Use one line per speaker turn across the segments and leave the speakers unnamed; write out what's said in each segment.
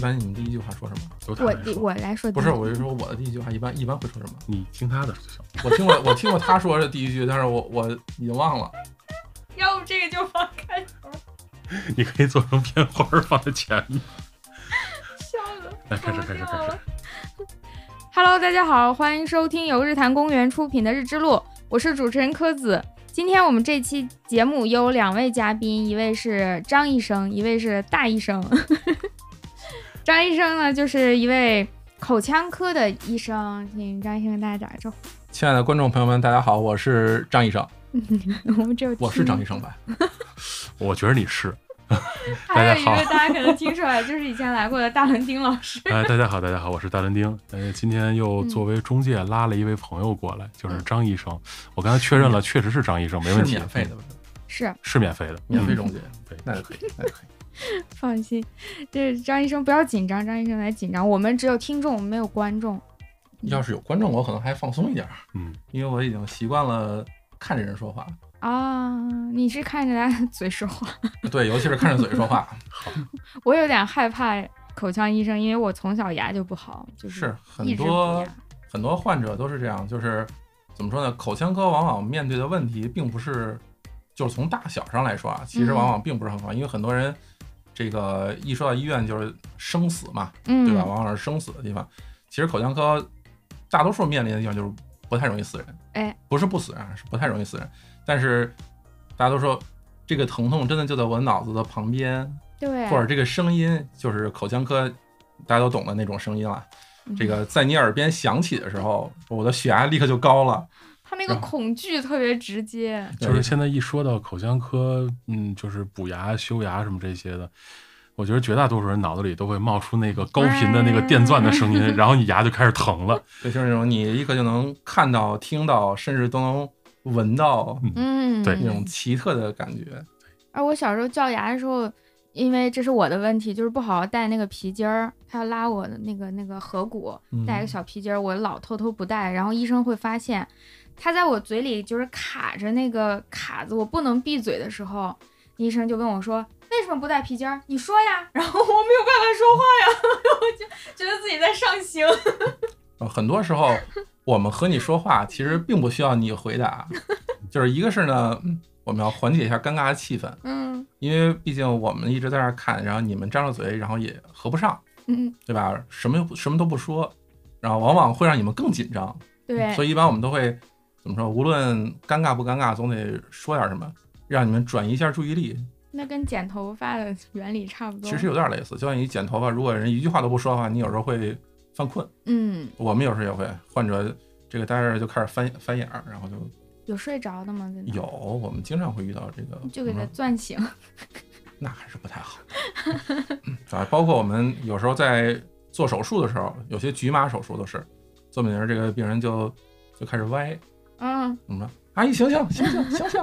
般你们第一句话说什么？
由他
我
来
第
说
我来说
不
第一
是，
句
我就说我的第一句话一般一般会说什么？
你听他的就行。
我听过我 听过他说的第一句，但是我我已经忘了。
要不这个就放开头，
你可以做成片花儿放在前面。
笑的
来，开始，
受
开
不
始，
了
开始
了。。
Hello，大家好，欢迎收听由日坛公园出品的《日之路》，我是主持人柯子。今天我们这期节目有两位嘉宾，一位是张医生，一位是大医生。 张医生呢，就是一位口腔科的医生，请张医生跟大家打个招
亲爱的观众朋友们，大家好，我是张医生，
呼。我们只有
我是张医
医
生吧？
我觉得 你是。
还有
大
一
家好
位大家可能听出来，就是以前来过的大伦丁老 师。
哎，大家好，大家好，我是大伦丁。呃，今天又作为中介拉了一位朋友过来，
嗯
就是张医生。我刚才确认了，确实是张医生，没
是
问题。嗯
免费的，，
是，
是免费的，
免费
嗯
中介，
对
那就可以，那就可以。
放心，这张医生不要紧张，张医生来紧张，我们只有听众，我们没有观众。
要是有观众，我可能还放松一点儿，
嗯，
因为我已经习惯了看着人说话，
啊，你是看着他 嘴说话，
对，尤其是看着嘴说话，
我有点害怕口腔医生，因为我从小牙就不好， 就是
是很
一直补
多
牙。
很多患者都是这样，就是怎么说呢？口腔科往往面对的问题并不是，就是从大小上来说啊，其实
嗯
往往并不是很好，因为很多人这个一说到医院就是生死嘛，
嗯，
对吧？往往是生死的地方。其实口腔科大多数面临的地方就是不太容易死人，
哎，
不是不死啊，是不太容易死人。但是大家都说这个疼痛真的就在我脑子的旁边，
对，
或者这个声音就是口腔科大家都懂的那种声音了。
嗯
这个在你耳边响起的时候，我的血压立刻就高了。
他那个
然后
恐惧特别直接，
就是现在一说到口腔科，嗯，就是补牙、修牙什么这些的，我觉得绝大多数人脑子里都会冒出那个高频的
嗯
那个电钻的声音，然后你牙就开始疼了。
对，就是那种你立刻就能看到、听到，甚至都能闻到
嗯，
对
那种奇特的感觉。
而我小时候掉牙的时候，因为这是我的问题，就是不好好戴那个皮筋儿，他要拉我的那个那个颌骨，
嗯
戴个小皮筋儿，我老偷偷不戴，然后医生会发现，他在我嘴里就是卡着那个卡子，我不能闭嘴的时候，医生就问我说。为什么不戴皮筋儿？你说呀。 然后我没有办法说话呀， 我就觉得自己在上刑。
呃很多 时候，我们和你说话，其实并不需要你回 答，就是一个是呢，嗯我们要缓解一下尴尬的气氛，
嗯
因为毕竟我们一直在那儿看，然后你们张着嘴，然后也合不上，
嗯，
对吧？什么又不什么都不说，然后往往会让你们更紧张。
对
所以一般我们都会怎么说？无论尴尬不尴尬，总得说点什么，让你们转移一下注意力。
那跟剪头发的原理差不多。
其实有点类似，就像你剪头发，如果人一句话都不说的话，你有时候会犯困。
嗯，
我们有时候也会，患者这个待着就开始翻翻眼儿，然后就
有睡着的吗？在那儿
有，我们经常会遇到这个，
就给他
嗯
攥醒。
那还是不太好。 嗯啊，包括我们有时候在做手术的时候，有些局麻手术都是，做美人这个病人就就开始歪，
嗯，
怎么了？阿姨，醒醒，醒醒，醒醒！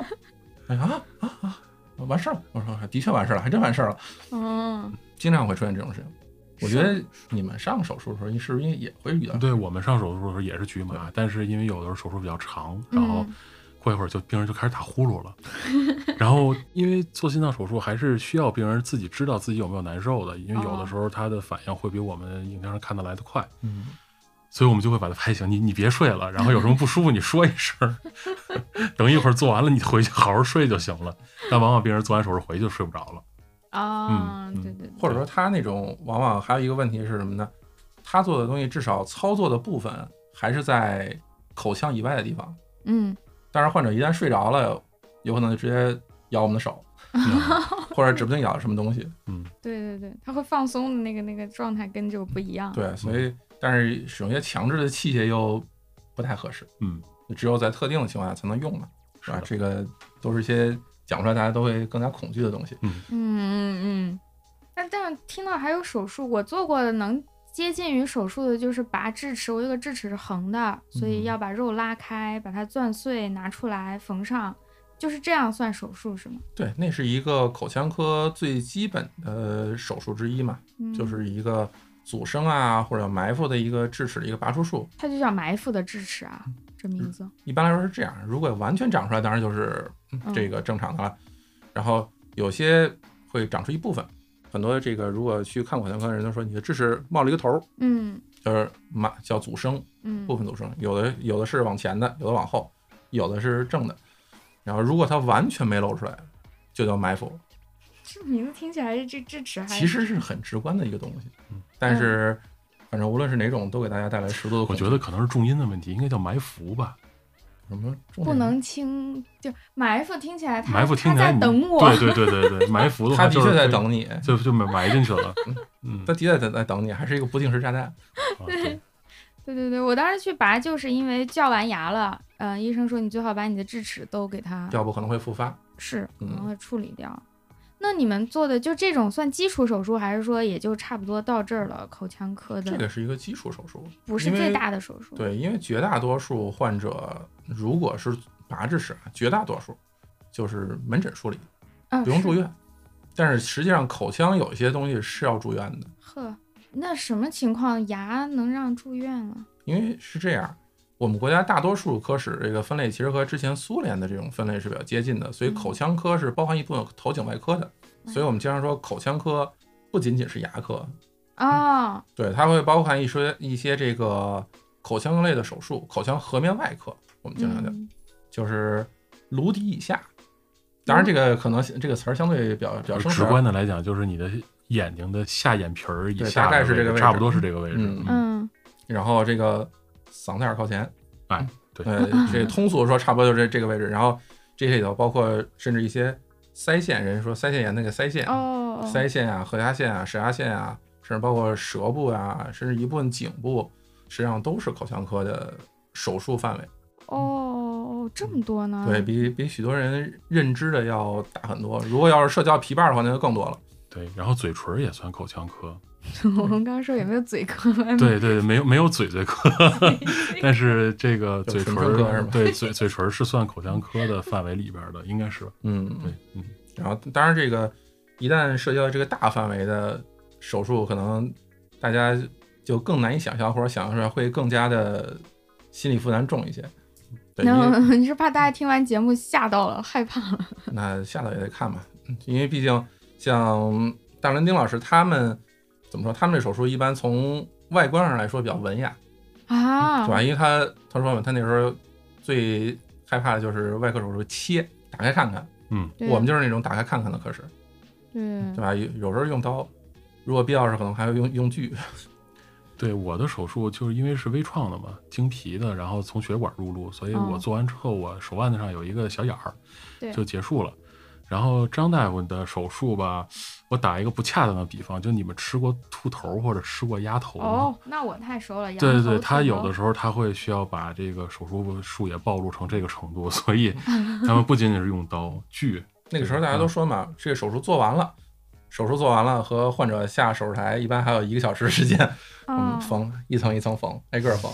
哎呀啊啊啊！完事儿了，我说的确完事儿了，还真完事儿了，
嗯，
经常会出现这种事情。我觉得你们上手术的时候，你是不是也会遇到？
对我们上手术的时候也是局麻，但是因为有的时候手术比较长，然后
嗯
过一会儿就病人就开始打呼噜了。 然后因为做心脏手术还是需要病人自己知道自己有没有难受的，因为
哦
有的时候他的反应会比我们影像上看的来得快，
嗯，
所以我们就会把他拍醒，你你别睡了，然后有什么不舒服你说一声， 等一会儿做完了你回去好好睡就行了。但往往病人做完手术回去就睡不着了，
啊，
嗯
对对对，
或者说他那种往往还有一个问题是什么呢？他做的东西至少操作的部分还是在口腔以外的地方，
嗯，
但是患者一旦睡着了，有可能就直接咬我们的手， 或者指不定咬什么东西。
对对对，他会放松的那个那个状态跟这个不一样。
对，所以但是使用一些强制的器械又不太合适。
嗯，
只有在特定的情况下才能用嘛，是吧这
是？的
个都是一些讲出来大家都会更加恐惧的东西。
嗯嗯嗯。但但是听到还有手术，我做过的能接近于手术的就是拔智齿，我有个智齿是横的，所以
嗯
要把肉拉开，把它攥碎，拿出来缝上，就是这样算手术是吗？
对，那是一个口腔科最基本的手术之一嘛，
嗯，
就是一个阻生啊或者埋伏的一个智齿的一个拔除术。
它就叫埋伏的智齿啊，这名字。
一般来说是这样，如果完全长出来，当然就是嗯
嗯
这个正常的了。然后有些会长出一部分，很多这个如果去看口腔科的人都说你的智齿冒了一个头儿，
嗯
就是马叫阻生，
嗯
部分阻生，有的有的是往前的，有的往后，有的是正的。然后如果它完全没露出来，就叫埋伏，
这名字听起来这智齿还
其实是很直观的一个东西
嗯。
但是反正无论是哪种，都给大家带来十足的
我
恐惧。
觉得可能是重音的问题，应该叫埋伏吧。
什么重点
不能轻，就埋伏听起来他
埋伏听起来
他在
你
等我，
对对对对对，埋伏的
他
话
的
就是
确在
被，
等你，
就就埋埋进去了。嗯，
他的确在在等你，还是一个不定时炸弹。
啊对
对对对，我当时去拔就是因为叫完牙了，呃，医生说你最好把你的智齿都给它
要不可能会复发。
是，可
嗯
能会处理掉。那你们做的就这种算基础手术，还是说也就差不多到这儿了？口腔科
这
的
个是一个基础手术，
不是
因为
最大的手术，
对，因为绝大多数患者如果是拔智齿，啊，绝大多数就是门诊处理，
嗯，
不用住
是。
院。但是实际上，口腔有一些东西是要住院的，
呵，那什么情况牙能让住院了？
因为是这样，我们国家大多数科室这个分类其实和之前苏联的这种分类是比较接近的，所以
嗯
口腔科是包含一部分头颈外科的，所以我们经常说口腔科不仅仅是牙科，
哦，
对，它会包含一些一些这个口腔类的手术，口腔颌面外科，我们经常讲。
嗯
就是颅底以下。当然，这个可能这个词儿相对比较比较生
直
僻，
观的来讲，就是你的眼睛的下眼皮儿以
对
下
大
的
概是
位
这
置
个位置
差不多是这个位置。
嗯
嗯
嗯，
然后这个嗓子眼儿靠前，
哎，对
呃，这通俗说差不多就是这这个位置。然后这些里头包括甚至一些腮腺，人说腮腺炎那个腮腺，
哦，
腮腺啊、颌牙腺啊、舌牙腺啊，甚至包括舌部啊，甚至一部分颈部，实际上都是口腔科的手术范围。
哦，这么多呢？
对比比许多人认知的要大很多。如果要是社交皮瓣儿的话，那就更多了。
对，然后嘴唇儿也算口腔科。
我们刚刚说有没有嘴科？
对对，没有没有嘴嘴科， 但是这个
就
嘴唇
唇科是
儿
吧
对嘴嘴唇儿是算口腔科的范围里边儿的，应该是吧？
嗯，
对，嗯，
然后，当然，这个一旦涉及到这个大范围的手术，可能大家就更难以想象，或者想象出来会更加的心理负担重一些。对，因为
那 你是怕大家听完节目吓到了，害怕了？
那下头也得看吧，嗯因为毕竟像大伦丁老师他们怎么说，他们这手术一般从外观上来说比较文雅，
啊，
对吧？因为他他说嘛他那时候最害怕的就是外科手术切，打开看看，
对
我们就是那种打开看看的科室，
对
对吧？有有时候用刀，如果必要时可能还会用用锯。
对我的手术就是因为是微创的嘛，经皮的，然后从血管入路，所以
哦
我做完之后，我手腕子上有一个小眼儿，
对
就结束了。然后张大夫的手术吧，我打一个不恰当的比方，就你们吃过兔头或者吃过鸭头吗？
哦，那我太熟了。
对对
羊头
对，他有
兔
的
头
时候他会需要把这个手术术也暴露成这个程度， 所 以他们不仅仅是用刀锯，
那个时候大家都说嘛，这个手术做完了，手术做完了和患者下手术台一般还有一个小时时间，我们
嗯
缝一层一层缝，挨个儿缝，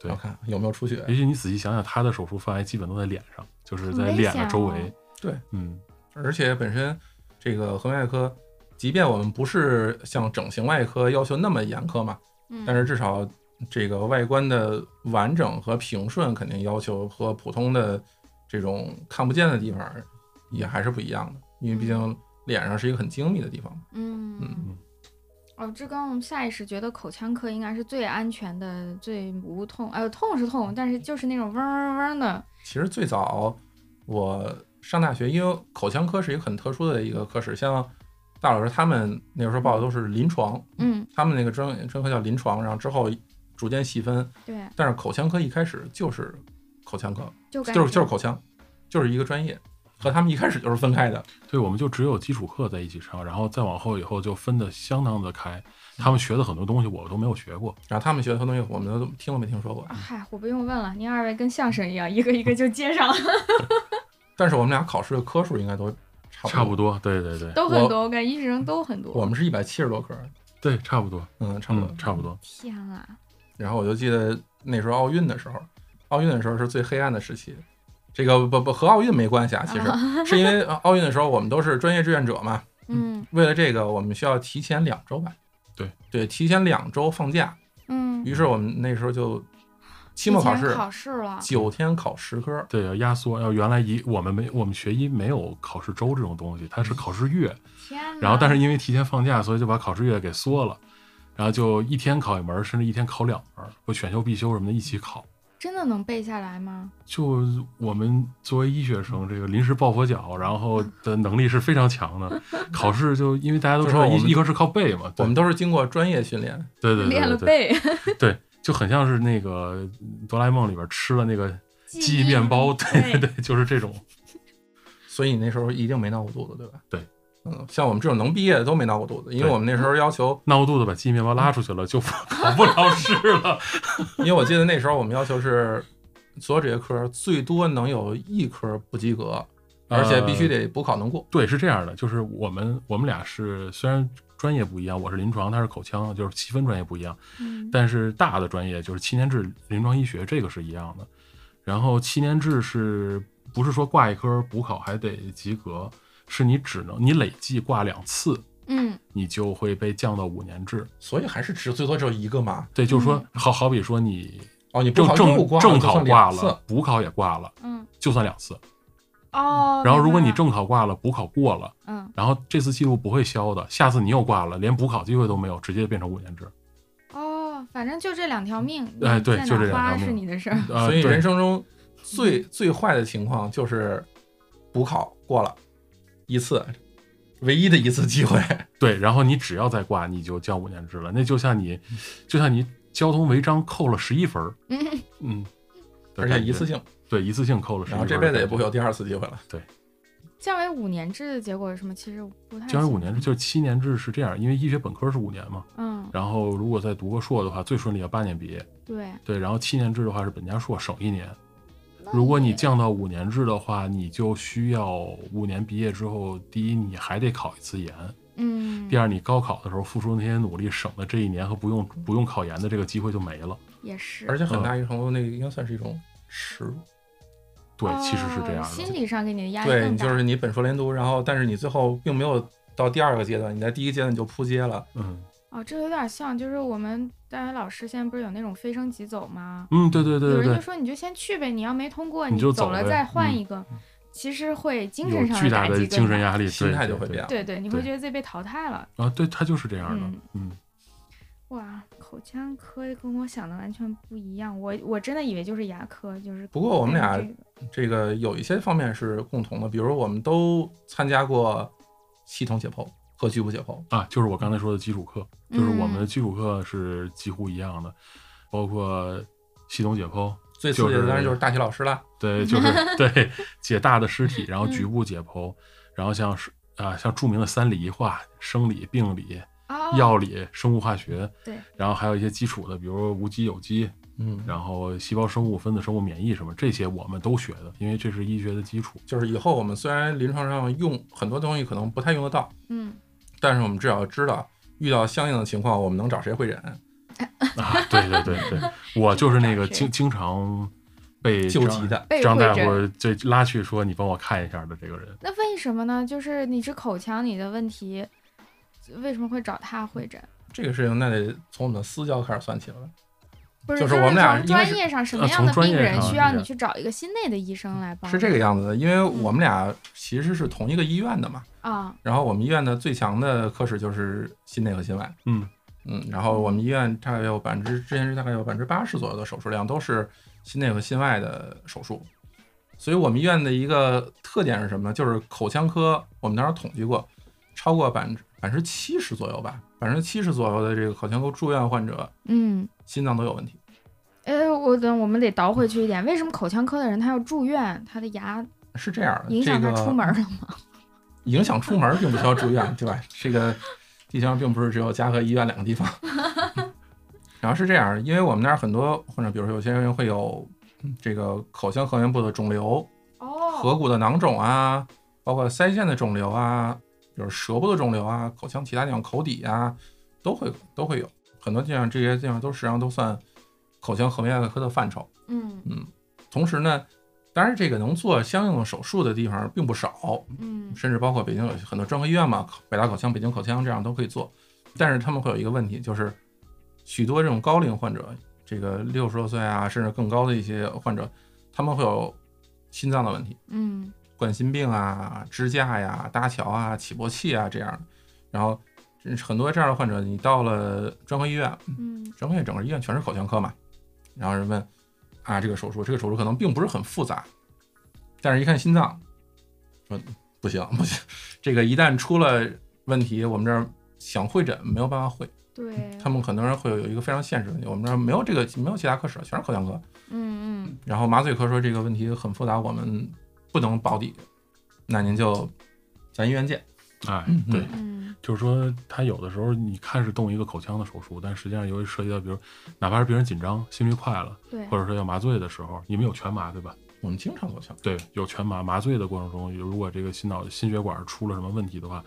对嗯
然后看有没有出血。
也许你仔细想想，他的手术范围基本都在脸上，就是
很
在
危
脸的
险
周
哦
围。
对，
嗯，
而且本身这个颌面外科，即便我们不是像整形外科要求那么严苛嘛，
嗯
但是至少这个外观的完整和平顺肯定要求和普通的这种看不见的地方也还是不一样的，因为毕竟脸上是一个很精密的地方。
嗯
嗯
哦，这刚我们下意识觉得口腔科应该是最安全的、最无痛，哎呦痛是痛，但是就是那种嗡嗡嗡的，
其实最早我上大学，因为口腔科是一个很特殊的一个科室，像大老师他们那个时候报的都是临床，
嗯，
他们那个专专科叫临床，然后之后逐渐细分。
对，
但是口腔科一开始就是口腔科，
就感
就是
觉
就是口腔，就是一个专业，和他们一开始就是分开的。
对，我们就只有基础课在一起上，然后再往后以后就分的相当的开。他们学的很多东西我都没有学过，
然后他们学的东西我们都听都没听说过
啊。嗨，我不用问了，您二位跟相声一样，一个一个就接上了，
但是我们俩考试的科数应该都差不
差不多，对对对
都很多，我感觉医学生都很
我
多。
们是一百七十多科，
对，差不多，
嗯，差不多。
嗯，差不多。
天啊，
然后我就记得那时候奥运的时候，奥运的时候是最黑暗的时期。这个不不和奥运没关系啊，其 实是因为呃奥运的时候我们都是专业志愿者嘛，
嗯
为了这个我们需要提前两周吧，
对
对，提前两周放假。
嗯，
于是我们那时候就期末考
以前
试
考试了，
九天考十科，
对，要压缩。呃要原来一我们没我们学医没有考试周这种东西，它是考试月。
天哪！
然后但是因为提前放假，所以就把考试月给缩了，然后就一天考一门儿，甚至一天考两门儿，或选修必修什么的一起考。
真的能背下来吗？
就我们作为医学生，这个临时抱佛脚，然后的能力是非常强 的。考试就因为大家都知道
就是我
医
们
医科是靠背嘛，对
我们都是经过专业训练，
对对对
练了
对对
背，
对，就很像是那个哆啦 A 梦里边吃了那个记忆面
嗯
包，对对对，就是这种。
所以你那时候一定没闹过肚子，对吧？
对，
嗯，像我们这种能毕业的都没闹过肚子，因为
对
我们那时候要求，
闹肚子把记忆面包拉出去了，就不考不了试 了。
因为我记得那时候我们要求是所有这些科最多能有一科不及格，而且必须
呃
得补考能过。
对，是这样的，就是我们我们俩是虽然专业不一样，我是临床，他是口腔，就是细分专业不一样，
嗯
但是大的专业就是七年制临床医学，这个是一样的。然后七年制是不是说挂一科补考还得及格？是你只能你累计挂两次，
嗯，
你就会被降到五年制。
所以还是只最多只有一个嘛。
对，就是说，好好比说你
哦，你不嗯
正
考又
正
挂
正
就
考
算
挂
两
了
次，，
补考也挂了，
嗯
就算两次。
哦。
然后如果你
明白了
正考挂了，补考过了，
嗯
然后这次记录不会消的，下次你又挂了，连补考机会都没有，直接变成五年制。
哦，反正就这两条命，
哎
你
对
在
就
哪
这两
花
条命
是你的事儿。
呃，
所以
对
人生中最最坏的情况就是补考过了一次，唯一的一次机会。
对，然后你只要再挂，你就降五年制了。那就像你，
嗯
就像你交通违章扣了十一分儿，
嗯
嗯，的
而且
感觉
一次，性，
对，一次性扣了十一
然后
分儿的
这
感觉，
辈子也不会有第二次机会了。
降为五年制的结果是什么？其实不太
降为
清
五年制，就是七年制是这样，因为医学本科是五年嘛，
嗯，
然后如果再读个硕的话，最顺利要八年毕业，
对。
对，然后七年制的话是本加硕省一年，
那
如果你
也
降到五年制的话，你就需要五年毕业之后，第一你还得考一次研，
嗯，
第二你高考的时候付出那些努力省的这一年和不用不用考研的这个机会就没了。
也是，
而且
嗯
很大一程度，那个应该算是一种耻辱。
对，其实是这样
哦心
的。
理上给你的压力
对
更
你
大。
就是你本硕连读，然后但是你最后并没有到第二个阶段，你在第一阶段你就扑街了。
嗯
哦，这有点像，就是我们大学老师现在不是有那种非升即走吗？
嗯，对对对
有
对
人就
对，
说你就先去呗，你要没通过，
你就
走
走
了
呗
再换
嗯
一个，其实会精
有
神上
巨大
打
的
击
精
更
神
大。
压力，
心
对
态
对
就会
对
变
对对，你会
对
觉得自己被淘汰了。
啊，对，它就是这样的
嗯。
嗯，
哇，口腔科跟我想的完全不一样，我我真的以为就是牙科，就是
不过我们
跟
俩这
这个
个有一些方面是共同的，比如我们都参加过系统解剖和局部解剖。
啊，就是我刚才说的基础课，就是我们的
嗯
基础课是几乎一样的，包括系统解剖，
最刺激
就
的
是
当然就是大体老师啦，
对，就是对解大的尸体，然
嗯
后局部解剖，然后像是啊，像著名的三理一化，生理、病理、
哦
药理、生物化学，
对，
然后还有一些基础的，比如无机、有机，
嗯，
然后细胞生物、分子生物、免疫什么，这些我们都学的，因为这是医学的基础。
就是以后我们虽然临床上用很多东西可能不太用得到，
嗯，
但是我们至少知道遇到相应的情况，我们能找谁会诊，
啊，对对对对，我就是那个
是
经经常被
救
张
急的。
被
张
会
大
诊
夫这拉去说你帮我看一下的这个人，
那为什么呢？就是你是口腔里的问题，为什么会找他会诊？
这个事情那得从我们的私交开始算起了。
不是，
就是
是
我们俩
从
应该
专
是
业上什么
呃
样
从
的
专
病
业
人
上
需
是
要
这
你
样
去找一个心内的医生来帮你？
是这个样子的，因为我们俩其实是同一个医院的嘛。
啊，
然后我们医院的最强的科室就是心内和心外，
嗯
嗯，然后我们医院大概有百分之之前是大概有百分之八十左右的手术量都是心内和心外的手术，所以我们医院的一个特点是什么呢？就是口腔科，我们当时统计过，超过百分之百分之七十左右吧，百分之七十左右的这个口腔科住院患者
嗯，
心脏都有问题。
哎，我等我们得倒回去一点，为什么口腔科的人他要住院，他的牙
是这样的，
影响
呃这
他
个嗯
出门了吗？
影响出门并不需要住院，对吧？这个地球上并不是只有家和医院两个地方。 然后是这样，因为我们那儿很多患者，比如说有些人会有嗯这个口腔颌缘部的肿瘤、颌
哦，
骨的囊肿啊，包括腮腺的肿瘤啊，就是舌部的肿瘤啊，口腔其他地方口底啊，都会都会有很多地方，这些地方都实际上都算口腔颌面外科的范畴。
嗯
同时呢，当然这个能做相应的手术的地方并不少，
嗯
甚至包括北京有很多专科医院嘛，北大口腔、北京口腔这样都可以做。但是他们会有一个问题，就是许多这种高龄患者，这个六十多岁啊，甚至更高的一些患者，他们会有心脏的问题，
嗯
冠心病啊、支架呀、搭桥啊、起搏器啊这样的。然后很多这样的患者，你到了专科医院，
嗯
专科医院整个医院全是口腔科嘛，然后人问啊，这个手术，这个手术可能并不是很复杂，但是一看心脏，说不行不行，这个一旦出了问题，我们这儿想会诊没有办法会，
对，
他们很多人会有一个非常现实的问题，我们这儿没有这个没有其他科室，全是口腔科，
嗯嗯
然后麻醉科说这个问题很复杂，我们不能保底，那您就咱医院见，
哎
嗯，
对，
嗯
就是说，他有的时候你看是动一个口腔的手术，但实际上由于涉及到，比如哪怕是病人紧张、心率快了，
对，
或者说要麻醉的时候，你们有全麻对吧？
我们经常做腔，
对，有全麻。麻醉的过程中，如果这个心脑心血管出了什么问题的话，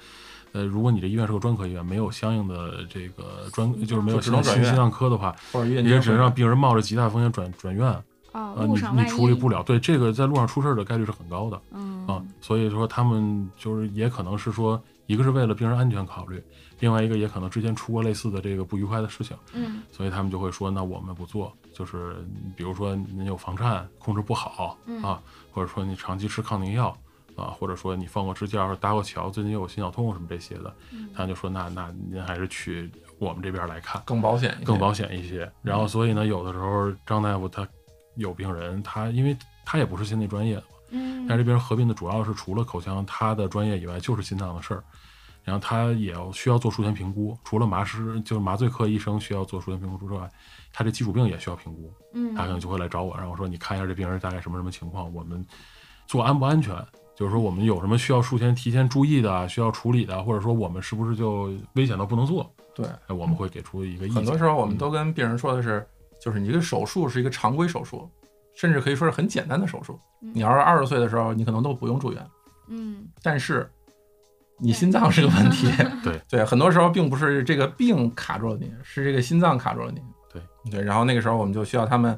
呃，如果你这医院是个专科医院，没有相应的这个专，就是没
就
有
只
心
能转
心
院
心脏科的话，
或者医院
你也只能让
病
病人冒着极大风险转转院，
哦，
呃，
路
你
上
你
万
处理
一
不了。对，这个在路上出事儿的概率是很高的。
嗯
啊，所以说他们就是也可能是说，一个是为了病人安全考虑，另外一个也可能之前出过类似的这个不愉快的事情，
嗯
所以他们就会说，那我们不做，就是比如说您有房颤控制不好
嗯
啊，或者说你长期吃抗凝药啊，或者说你放过支架、搭过桥，最近又有心绞痛什么这些的，
嗯
他就说那那您还是去我们这边来看。
更保险一些，
更保险一些。然后，所以呢，有的时候张大夫他有病人，他因为他也不是心理专业的嘛，
嗯，
但这边合并的主要是除了口腔他的专业以外，就是心脏的事儿。然后他也要需要做术前评估，除了麻师就是麻醉科医生需要做术前评估之外，他这基础病也需要评估。
嗯
他可能就会来找我，然后说你看一下这病人大概什么什么情况，我们做安不安全？就是说我们有什么需要术前提前注意的，需要处理的，或者说我们是不是就危险到不能做？
对。
哎，我们会给出一个意见。
很多时候我们都跟病人说的是，就是你这个手术是一个常规手术，甚至可以说是很简单的手术。
嗯
你要是二十岁的时候，你可能都不用住院，
嗯
但是你心脏是个问题。
对
对，很多时候并不是这个病卡住了你，是这个心脏卡住了你。
对
对，然后那个时候我们就需要他们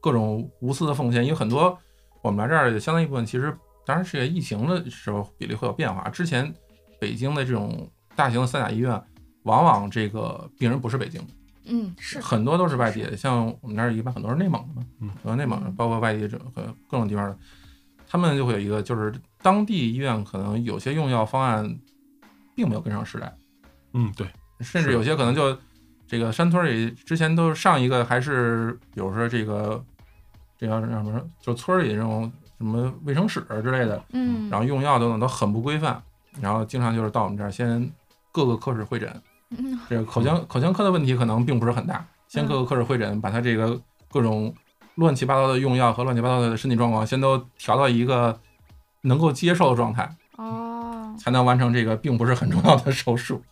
各种无私的奉献，因为很多我们来这儿有相当一部分其实，当然是疫情的时候比例会有变化。之前北京的这种大型的三甲医院，往往这个病人不是北京的。
嗯是
啊
很多都是外地的，像我们那儿一般很多是内蒙的嘛，
嗯
很多内蒙人，啊
嗯
包括外地这各各种地方的，他们就会有一个，就是当地医院可能有些用药方案并没有跟上时代，
嗯，对，
甚至
是
有些可能就这个山村里之前都是上一个还是，比如说这个这叫什么，就村里这种什么卫生室之类的，
嗯，
然后用药等等都很不规范，然后经常就是到我们这儿先各个科室会诊，
嗯
这个口腔口腔科的问题可能并不是很大，先各个科室会诊，把他这个各种乱七八糟的用药和乱七八糟的身体状况，先都调到一个能够接受的状态，
哦
才能完成这个并不是很重要的手术。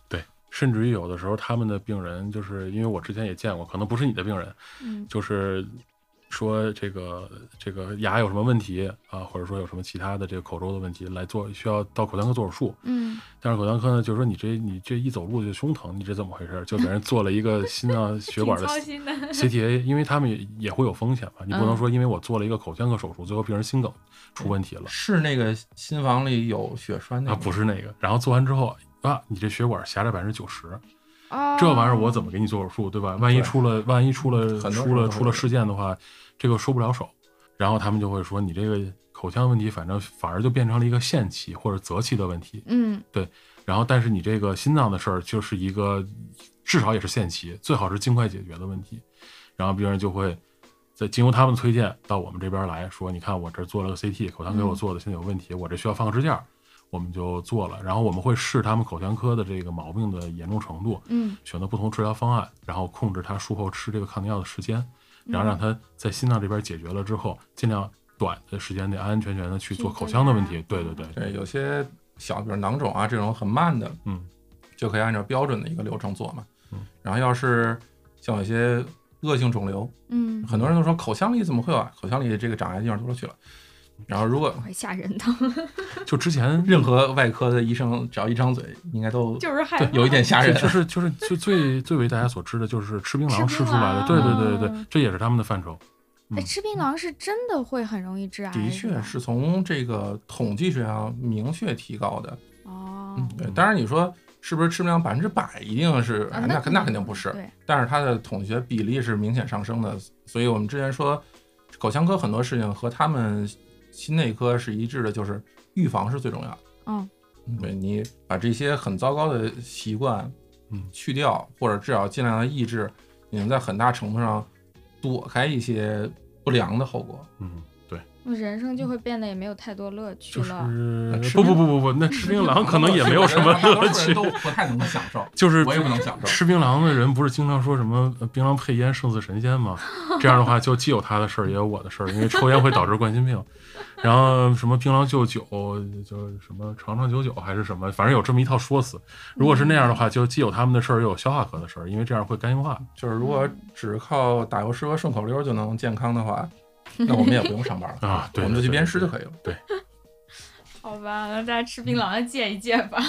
甚至于有的时候他们的病人，就是因为我之前也见过，可能不是你的病人，
嗯
就是说这个这个牙有什么问题啊，或者说有什么其他的这个口周的问题来做，需要到口腔科做手术。
嗯
但是口腔科呢，就是说你这你这一走路就胸疼，你这怎么回事？就给人做了一个 心脏血管的
挺操心的，
CTA，因为他们也也会有风险嘛，你不能说因为我做了一个口腔科手术，最后病人心梗出问题了。
是那个心房里有血栓那
啊，
个？
不是那个，然后做完之后啊，你这血管狭窄百分之九十，
哦，
这玩意儿我怎么给你做手术，对吧？万一
对
出了，万一出了
很多时候
出了
都是
出了事件的话，这个收不了手。然后他们就会说，你这个口腔问题，反正反而就变成了一个溅气或者泽气的问题。
嗯
然后，但是你这个心脏的事儿，就是一个至少也是限期，最好是尽快解决的问题。然后病人就会在经由他们的推荐到我们这边来说，你看我这儿做了个 CT，口腔给我
嗯
做的现在有问题，我这需要放个支架，我们就做了。然后我们会视他们口腔科的这个毛病的严重程度，
嗯
选择不同治疗方案，然后控制他术后吃这个抗凝药的时间，然后
嗯
让他在心脏这边解决了之后，尽量短的时间内安安全全的去做嗯
去
口
治
腔的问
疗
题。对对对，
对，有些小，比如囊肿啊这种很慢的，
嗯，
就可以按照标准的一个流程做嘛。
嗯
然后要是像有些恶性肿瘤，
嗯，
很多人都说口腔里怎么会有啊？口腔里这个长癌地方多了去了。然后如果
会吓人的，
就之前
任何外科的医生只要一张嘴，应该都
就是害
对
怕。
哎
有一点吓人
就。就是就是就最最为大家所知的就是吃槟榔啊嗯
吃
吃
槟
出来的，对对对对
榔
对，这也是他们的范畴。
哎，
嗯
吃槟榔是真的会很容易致癌，
的确
吧
是从这个统计学上明确提高的。
哦，
嗯
对，当然你说是不是吃不了百分之百？一定是，
啊
哎那肯那肯定不是。
对，
但是它的统计学比例是明显上升的，所以我们之前说口腔科很多事情和他们心内科是一致的，就是预防是最重要的。
嗯，
对你把这些很糟糕的习惯，
嗯
去掉，或者至少尽量的抑制，你能在很大程度上躲开一些不良的后果。
嗯，对，
我人生就会变得也没有太多乐趣
就是
了。
吃
不
槟
不不不不，那吃槟榔可能也没有什么
我觉得大多
乐
数人
趣，
都不太能享受，
就是
我也不能享受。
吃槟榔的人不是经常说什么呃槟榔配烟胜似神仙吗？这样的话就既有他的事儿，也有我的事儿，因为抽烟会导致冠心病。然后什么槟榔就酒，就什么长长久久还是什么，反正有这么一套说辞。如果是那样的话，就既有他们的事儿，又有消化科的事儿，因为这样会肝硬化。
就是如果只靠打油诗和顺口溜就能健康的话，那我们也不用上班了
啊对
我们就去鞭尸就可以了。
好吧，那大家吃槟榔要戒一戒吧。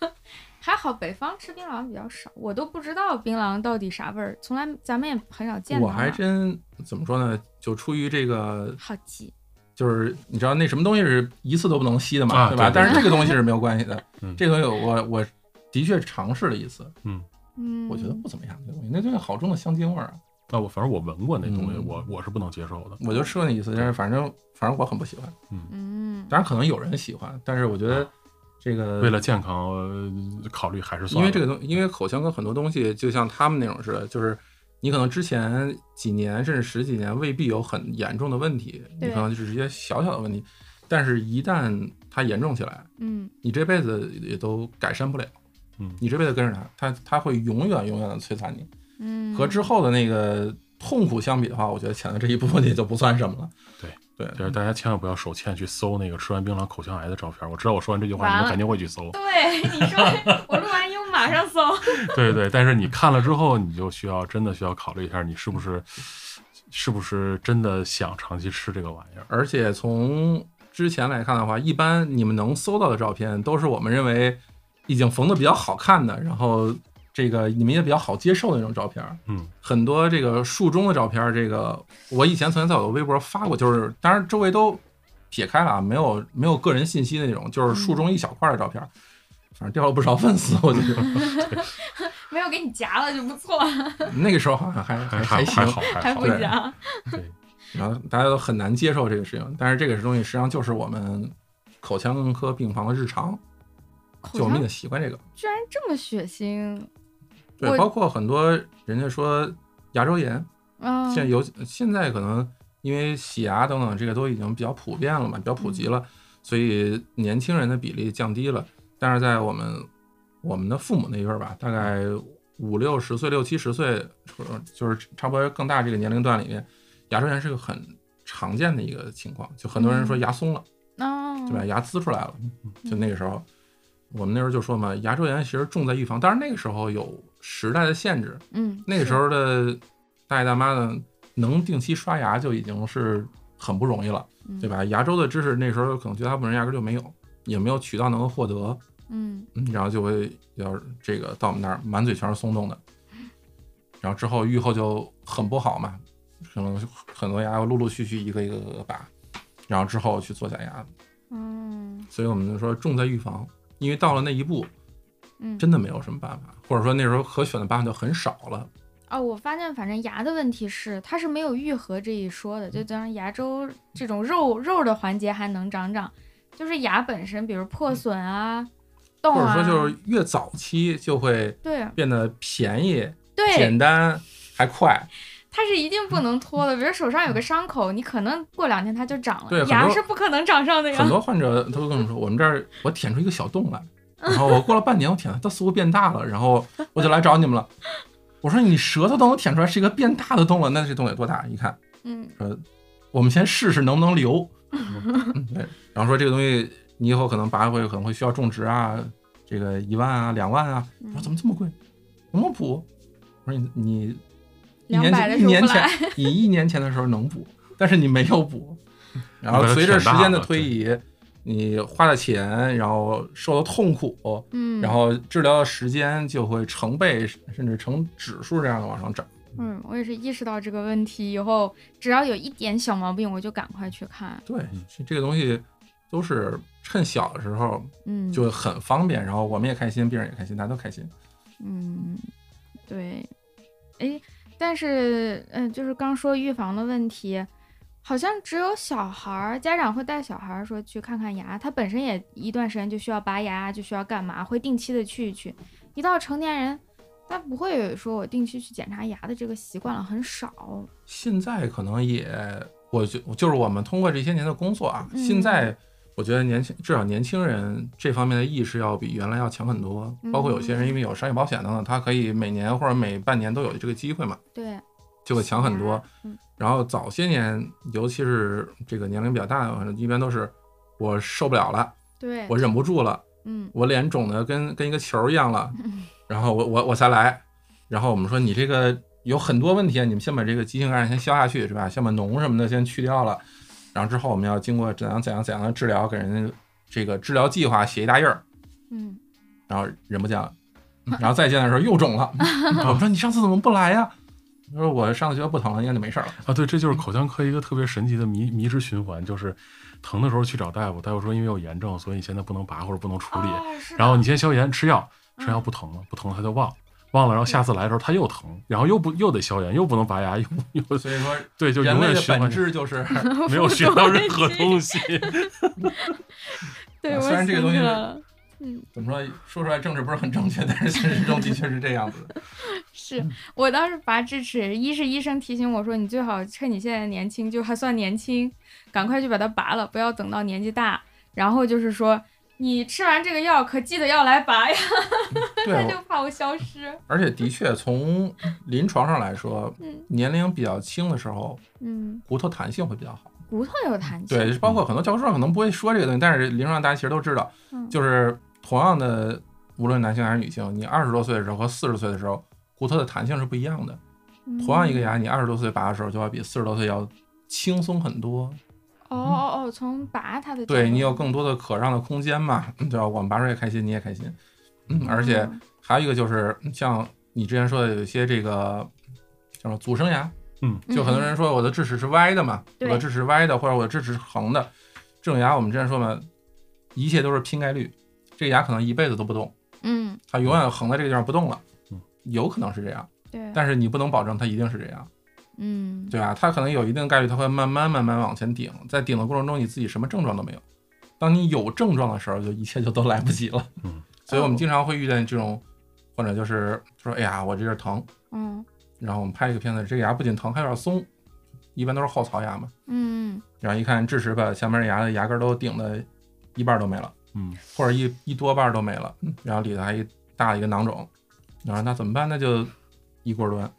还好北方吃槟榔比较少，我都不知道槟榔到底啥味儿，从来咱们也很少见到
我
嘛。
还真怎么说呢？就出于这个，
好奇，
就是你知道那什么东西是一次都不能吸的嘛，
啊
对吧？
对对
但是这个东西是没有关系的。
嗯
这个东西我我的确尝试了一次，
嗯，
我觉得不怎么样。这东西那东西好重的香精味儿啊！
那我反正我闻过那东西，
嗯
我我是不能接受的。
我就吃过那一次，但是反正反正我很不喜欢。
嗯，
当然可能有人喜欢，但是我觉得这个
啊为了健康呃考虑，还是
因
算了。
为这个东，因为口腔科很多东西，就像他们那种似的，就是你可能之前几年甚至十几年未必有很严重的问题，你
对
可能就是一些小小的问题，但是一旦它严重起来，
嗯，
你这辈子也都改善不了。
嗯
你这辈子跟着它，它它会永远永远的摧残你。
嗯，
和之后的那个痛苦相比的话，我觉得前面这一部分 也就不算什么了。
对
对，
就是大家千万不要手欠去搜那个吃完槟榔口腔癌的照片。我知道我说完这句话，
完
你
了
们肯定会去搜。
对你说，我录完音我马上搜。
对对，但是你看了之后，你就需要真的需要考虑一下，你是不是是不是真的想长期吃这个玩意儿？
而且从之前来看的话，一般你们能搜到的照片都是我们认为已经缝的比较好看的，然后这个你们也比较好接受的那种照片。
嗯，
很多这个术中的照片，这个我以前曾经在我的微博发过，就是当然周围都撇开了啊，没有没有个人信息的那种，就是术中一小块的照片，反正掉了不少粉丝，我觉得
没有给你夹了就不错，
啊那个时候好像还还
还还
行
还，好还
还
好
不。
对
夹。
对，
然后大家都很难接受这个事情，但是这个东西实际上就是我们口腔科病房的日常。
口
就我们已经
腔
习惯这个。
居然这么血腥，
对，
我
包括很多人家说牙周炎，
嗯，
现在尤现在可能因为洗牙等等这个都已经比较普遍了嘛，比较普及
嗯
了，所以年轻人的比例降低了。但是在我们我们的父母那一辈儿吧，大概五六十岁、六七十岁，呃就是差不多更大这个年龄段里面，牙周炎是个很常见的一个情况，就很多人说
嗯
牙松了，
哦，
对吧？？牙呲出来了，就那个时候，我们那时候就说嘛，牙周炎其实重在预防，但是那个时候有时代的限制，
嗯，
那个时候的大爷大妈呢，能定期刷牙就已经是很不容易了，
嗯
对吧？牙周的知识那时候可能绝大部分人压根就没有，也没有渠道能够获得，
嗯，
嗯然后就会要这个到我们那儿满嘴全是松动的，然后之后愈后就很不好嘛，可能很多牙陆陆续续一个一个一个拔，然后之后去做假牙，
嗯，
所以我们就说重在预防，因为到了那一步，
嗯，
真的没有什么办法，或者说那时候可选的办法就很少了。
哦，我发现反正牙的问题是，它是没有愈合这一说的，就
嗯
当然牙周这种肉肉的环节还能长长，就是牙本身，比如破损啊、
嗯
动
或者说
啊，
就是越早期就会
对
变得便宜、
对
简，单还快。
它是
嗯
一定不能拖的。比如手上有个伤口，你可能过两天它就长
对
了，
很
牙
多
是不可能长上的呀。
很多患者都跟我说，我们这儿我舔出一个小洞来，然后我过了半年，我舔它似乎变大了，然后我就来找你们了。我说你舌头都能舔出来是一个变大的洞了，那这洞有多大？一看，
嗯，
我们先试试能不能留。嗯对，然后说这个东西你以后可能拔回去可能会需要种植啊，这个一万啊、两万啊。
嗯
我说怎么这么贵？能不能补？我说你你一
两
年
百的
前一
时候
年
不来
前 你一年前的时候能补，但是你没有补。
嗯
然后
你把它
随着
舔
时
大
间的
了
推
对
移，你花的钱，然后受的痛苦，
嗯，
然后治疗的时间就会成倍甚至成指数这样的往上涨。
嗯，我也是意识到这个问题以后，只要有一点小毛病，我就赶快去看。
嗯
对，这这个东西都是趁小的时候
嗯，
就很方便，然后我们也开心，病人也开心，大家都开心。
嗯，对，哎，但是嗯、呃就是刚说预防的问题，好像只有小孩儿家长会带小孩儿说去看看牙，他本身也一段时间就需要拔牙，就需要干嘛，会定期的去一去。一到成年人，他不会说我定期去检查牙的这个习惯了，很少。
现在可能也，我觉就是我们通过这些年的工作啊，
嗯
现在我觉得年轻至少年轻人这方面的意识要比原来要强很多。
嗯
包括有些人因为有商业保险等等，他可以每年或者每半年都有这个机会嘛，
对，
就会强很多。
嗯
然后早些年，尤其是这个年龄比较大的，反正一般都是我受不了了，
对，
我忍不住了，
嗯
我脸肿的跟跟一个球一样了，然后我我我才来，然后我们说你这个有很多问题啊，你们先把这个急性感染先消下去是吧？先把脓什么的先去掉了，然后之后我们要经过怎样怎样怎样的治疗，给人家这个治疗计划写一大印儿，
嗯
然后忍不见了，嗯然后再见的时候又肿 了，我们说你上次怎么不来呀、他说我上次觉得不疼了，应该就没事儿 了。
啊，对，这就是口腔科一个特别神奇的迷迷之循环，就是疼的时候去找大夫，大夫说因为有炎症，所以你现在不能拔或者不能处理，
哦是
然后
的
你先消炎吃药，吃药
嗯
不疼了，不疼了他就忘了，忘了，然后下次来的时候他又疼，然后又不又得消炎，又不能拔牙，又又
所以说，
对，就
人
永
类
远
的
循环
本质就是，
没有学到任何东西。
对，
啊
我
虽然这个
想
东
起
西
来了
怎么说说出来政治不是很正确，但是现实中的确是这样子的。
是
嗯
我当时拔智齿，一是医生提醒我说，你最好趁你现在年轻，就还算年轻，赶快去把它拔了，不要等到年纪大。然后就是说，你吃完这个药可记得要来拔呀，
对，哦
他
我
就怕我消失。
而且的确，从临床上来说，年龄比较轻的时候，
嗯，
骨头弹性会比较好。
骨头有弹性。
对，包括很多教科书上可能不会说这个东西，但是临床上大家其实都知道，
嗯
就是同样的，无论男性还是女性，你二十多岁的时候和四十岁的时候，骨头的弹性是不一样的。
嗯，
同样一个牙，你二十多岁拔的时候，就要比四十多岁要轻松很多。
哦哦哦，从拔它的
嗯
角
对
度
你有更多的可让的空间嘛，嗯对吧？我们拔出来开心，你也开心。嗯，而且
嗯
还有一个就是，像你之前说的，有一些这个叫什么阻生牙，
嗯，
就很多人说我的智齿是歪的嘛，我
对
的智齿是歪的，或者我的智齿是横的，这种牙我们之前说嘛，一切都是拼概率，这个牙可能一辈子都不动，
嗯，
它永远横在这个地方不动了
嗯，
有可能是这样，
对，
但是你不能保证它一定是这样，
嗯，
对吧？啊它可能有一定概率，它会慢慢慢慢往前顶，在顶的过程中，你自己什么症状都没有，当你有症状的时候，就一切就都来不及了
嗯，
所以我们
哦
经常会遇见这种，或者就是说，哎呀，我这是疼，
嗯
然后我们拍一个片子，这个牙不仅疼，还有点松，一般都是后槽牙嘛。
嗯，
然后一看智齿把前面牙的牙根都顶的一半都没了，
嗯，
或者一一多半都没了，嗯然后里头还一大一个囊肿，然后那怎么办？那就一锅端。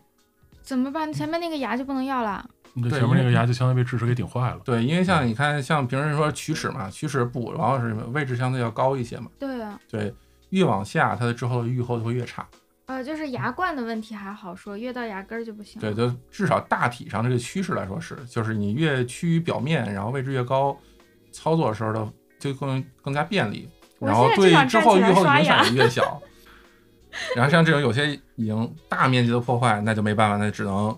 怎么办？前面那个牙就不能要了？
这
对
前面那
因
个
为
牙就相当于被智齿给顶坏 了。
对，因为像你看，像平时说龋齿嘛，龋齿补然后是什么位置相对要高一些嘛，
对啊，
对，越往下它的之后的愈后就会越差。
呃，就是牙冠的问题还好说，越到牙根儿就不行了。
对，就至少大体上这个趋势来说是，就是你越趋于表面，然后位置越高，操作的时候的就更更加便利，
我
然后
现在
对
就想
之
站
后
起
愈
来
后
刷
影响
牙
也越小。然后像这种有些已经大面积的破坏，那就没办法，那只能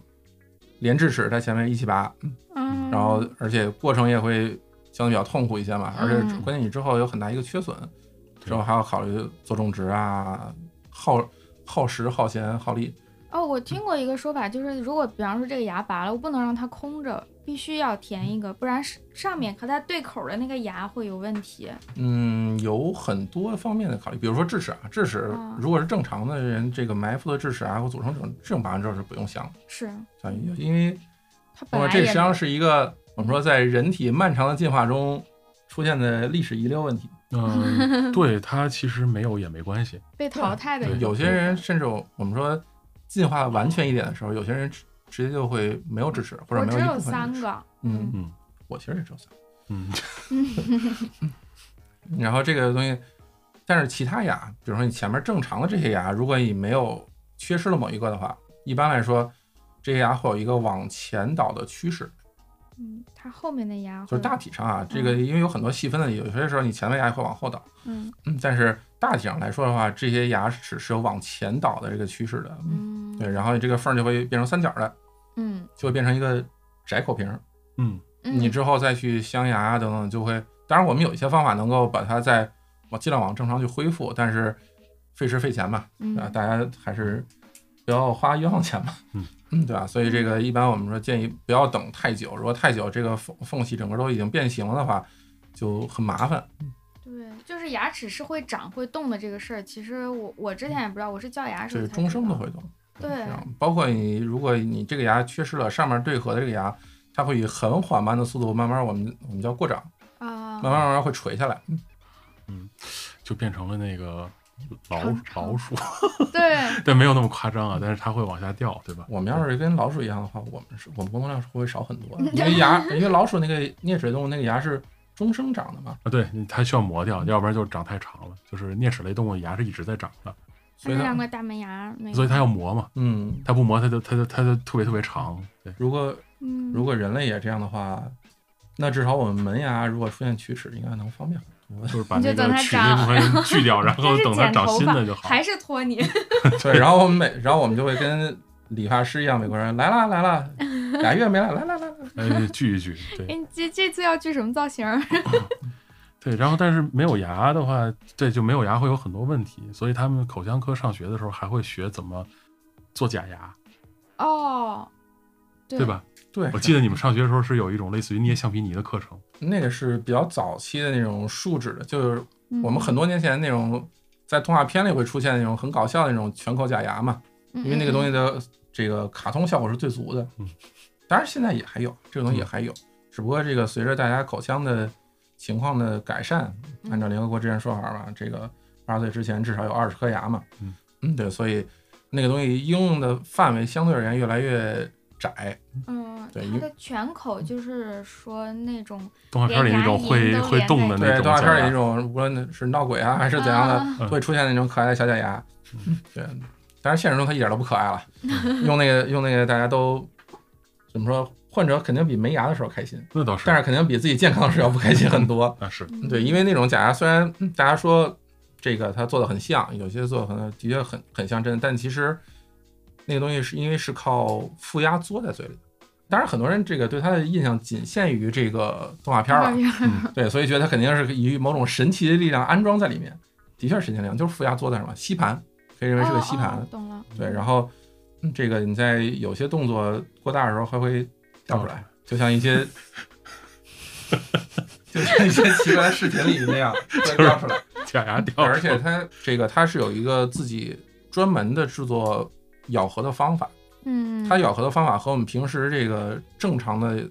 连智齿在前面一起拔，
嗯，
然后而且过程也会相对比较痛苦一些嘛，而且
嗯
关键你之后有很大一个缺损，之后还要考虑做种植啊，耗耗时、耗钱、耗力。
哦，我听过一个说法，就是如果比方说这个牙拔了，我不能让它空着，必须要填一个，不然是上面和它对口的那个牙会有问题。
嗯，有很多方面的考虑，比如说智齿啊，智齿
啊
如果是正常的人，这个埋伏的智齿啊或组成这种这种拔完之后是不用想的，
是，
相当于因为
它
那
本
么
来
这实
也
际上是一个我们说在人体漫长的进化中出现的历史遗留问题。
嗯，对，它其实没有也没关系。
被淘汰的
对
一个
有些人甚至我们说进化完全一点的时候，有些人直直接就会没有智齿或者
我
没
只
有一
有
部分的
三
智齿。
个，
嗯
嗯，
我其实也只有三个。
嗯，
然后这个东西，但是其他牙，比如说你前面正常的这些牙，如果你没有缺失了某一个的话，一般来说，这些牙会有一个往前倒的趋势，
嗯，它后面的牙
就
会
是大体上啊，这个因为有很多细分的，有些时候你前面牙也会往后倒，
嗯
嗯，但是大体上来说的话，这些牙齿是有往前倒的这个趋势的，
嗯
对，然后你这个缝儿就会变成三角的，
嗯
就会变成一个窄口瓶儿，
嗯，
嗯，
啊你之后再去镶牙等等，就会当然，我们有一些方法能够把它再往尽量往正常去恢复，但是费时费钱嘛，
嗯
啊，大家还是不要花冤枉钱嘛，
嗯
对吧？所以这
嗯
个一般我们说建议不要等太久，如果太久这个缝缝隙整个都已经变形了的话，就很麻烦。
嗯对，就是牙齿是会长会动的这个事儿，其实我我之前也不知道，我是叫牙时
这
候
是
才
终
知
生都
道
会动，
对
这，样包括你，如果你这个牙缺失了上面对合的这个牙，它会以很缓慢的速度慢慢我们我们叫过长，
啊，
慢慢慢慢会垂下来。
就变成了那个老
长长
老鼠，
对，
但没有那么夸张啊，但是它会往下掉，对吧？
我们要是跟老鼠一样的话，我们是我们工作量是会少很多的，因为牙，因为老鼠那个啮齿类动物那个牙是终生长的嘛，
啊，对，你它需要磨掉，要不然就长太长了。就是啮齿类动物牙是一直在长的，
所以
那两
它，
个大门牙，那个
所以它要磨嘛，
嗯，
它不磨它就它就它就特别特别长。对，
如果
嗯，
如果人类也这样的话，那至少我们门牙如果出现龋齿，应该能方便很多。
就是把
你
那
就
个
等它
齿那部分 锯掉，然后
真是
等它
剪
长
头
新
发
的就好。
还是托尼，
对，然后我们每，然后我们就会跟理发师一样，美国人来啦来啦，俩月没来，来来来来，
哎，锯一锯，对
哎你这这次要锯什么造型儿？
对。然后但是没有牙的话，对，就没有牙会有很多问题，所以他们口腔科上学的时候还会学怎么做假牙，
哦，对
对？吧？
对，
我记得你们上学的时候是有一种类似于捏橡皮泥的课程，
那个是比较早期的那种树脂的，就是
嗯
我们很多年前那种在动画片里会出现那种很搞笑的那种全口假牙嘛，
嗯
因为那个东，西的这个卡通效果是最足的
嗯。
当然现在也还有这个东西也还有，只不过这个随着大家口腔的情况的改善，
嗯
按照联合国之前说法吧，这个八十岁之前至少有二十颗牙嘛
嗯。
嗯，对，所以那个东西应用的范围相对而言越来越窄。
嗯
对
嗯，
因
它
为
的全口就是说那种
动画片里那种
连
会
牙龈都
会
连
动
在
的
对
那，种
动画
假
片里那
牙。
种无论是闹鬼啊还是怎样的，
啊嗯
嗯
会出现那种可爱的小假牙。对，但是现实中它一点都不可爱 了。用那个用那个，大家都怎么说？患者肯定比没牙的时候开心，
那倒是，。
但是肯定比自己健康的时候要不开心很多
那是
嗯
对，因为那种假牙虽然嗯大家说这个它做的很像，有些做的很的确很很像真的，但其实那个东西是因为是靠负压嘬在嘴里的。当然，很多人这个对它的印象仅限于这个动画片儿了，啊
动画片儿
对，所以觉得它肯定是以某种神奇的力量安装在里面，的确是神奇力量，就是负压嘬在什么吸盘，可以认为是个
哦
吸
哦
盘。
懂了。
对，然后、嗯这个你在有些动作过大的时候还会跳出来，就像一些，就像一些奇怪的视频里那样会跳出来。
假牙掉了，
而且它这个它是有一个自己专门的制作咬合的方法，
嗯，
它咬合的方法和我们平时这个正常的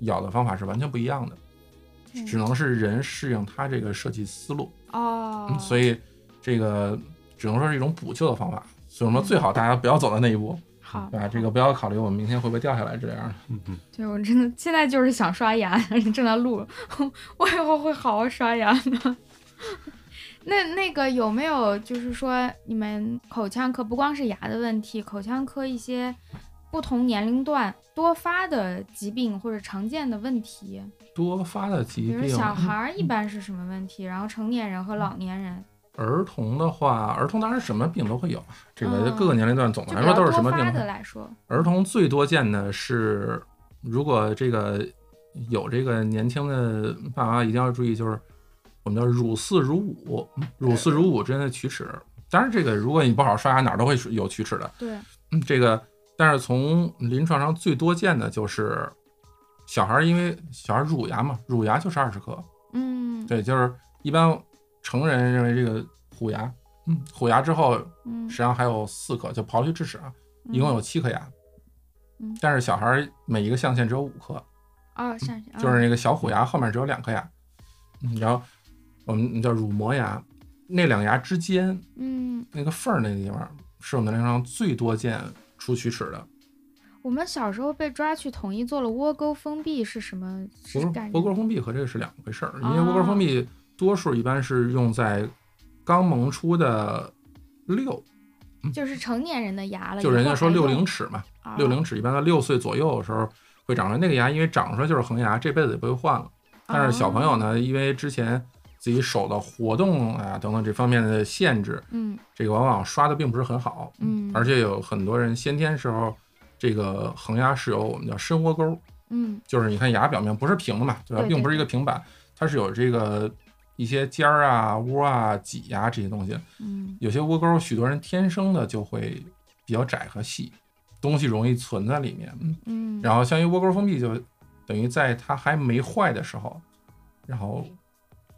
咬的方法是完全不一样的。
嗯
只能是人适应它这个设计思路，
哦
嗯，，所以这个只能说是一种补救的方法。所以我们最好大家不要走到那一步，
嗯好
对吧？这个不要考虑我们明天会不会掉下来这样的。
嗯嗯，
对我真的现在就是想刷牙， 正在录，我以后会好好刷牙的。那那个有没有就是说你们口腔科不光是牙的问题，口腔科一些不同年龄段多发的疾病或者常见的问题，
多发的疾
比如
病，
小 孩儿一般是什么问题，然后成年人和老年人
儿童的话，儿童当然什么病都会有，这个
嗯
各个年龄段总
就
的
比
来说
较
都
多
是什么病啊
发
都
的
有？
来说，
儿童最多见的是，如果这个有这个年轻的爸妈一定要注意，就是我们叫乳四乳五，乳四乳五之间的龋齿。当然，这个如果你不好好刷牙，哪儿都会有龋齿的。
对，
嗯这个，但是从临床上最多见的就是小孩，儿，因为小孩儿乳牙嘛，乳牙就是二十颗，
嗯，
对，就是一般成人认为这个虎牙，嗯，虎牙之后
嗯，
实际上还有四颗，就刨去智齿啊，一共有七颗牙
嗯。
但是小孩儿每一个象限只有五颗，
啊，上去
就是那个小虎牙后面只有两颗牙，嗯然后我们叫乳磨牙，那两牙之间
嗯，
那个缝儿那地方是我们临床上最多见出龋齿的，
我们小时候被抓去统一做了窝沟封闭是什么？是哦
脖沟
感
脖
觉
沟封闭和这个是两回事儿，因为脖沟封闭多数一般是用在刚萌出的六，
就是成年人的牙了。
就人家说六龄
龄
齿嘛，
啊
六龄齿一般在六岁左右的时候会长出来。那个牙因为长出来就是恒牙，这辈子也不会换了。但是小朋友
哦
呢，因为之前自己手的活动啊等等这方面的限制，
嗯
这个往往刷的并不是很好。
嗯
而且有很多人先天时候这个恒牙是有我们叫深窝沟，
嗯
就是你看牙表面不是平的嘛，对吧？
对对
并不是一个平板，它是有这个一些尖儿啊、窝啊、脊啊这些东西。
嗯
有些窝沟，许多人天生的就会比较窄和细，东西容易存在里面。嗯
嗯，
然后相当于窝沟封闭，就等于在它还没坏的时候，然后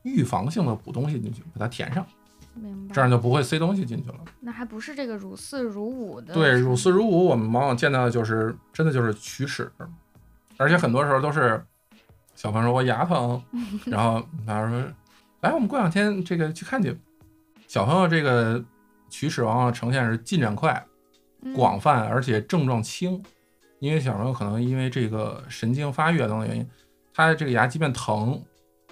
预防性的补东西进去，把它填上，
明白，
这样就不会塞东西进去了。
那还不是这个乳四乳五的
对，
程
乳丝
度
乳骨，我们往往见到的就是真的就是龋齿，而且很多时候都是小朋友说我牙疼，然后他说来我们过两天这个去看去。小朋友这个龋齿往往呈现是进展快、
嗯
广泛，而且症状轻，因为小朋友可能因为这个神经发育啊等等原因，他这个牙即便疼，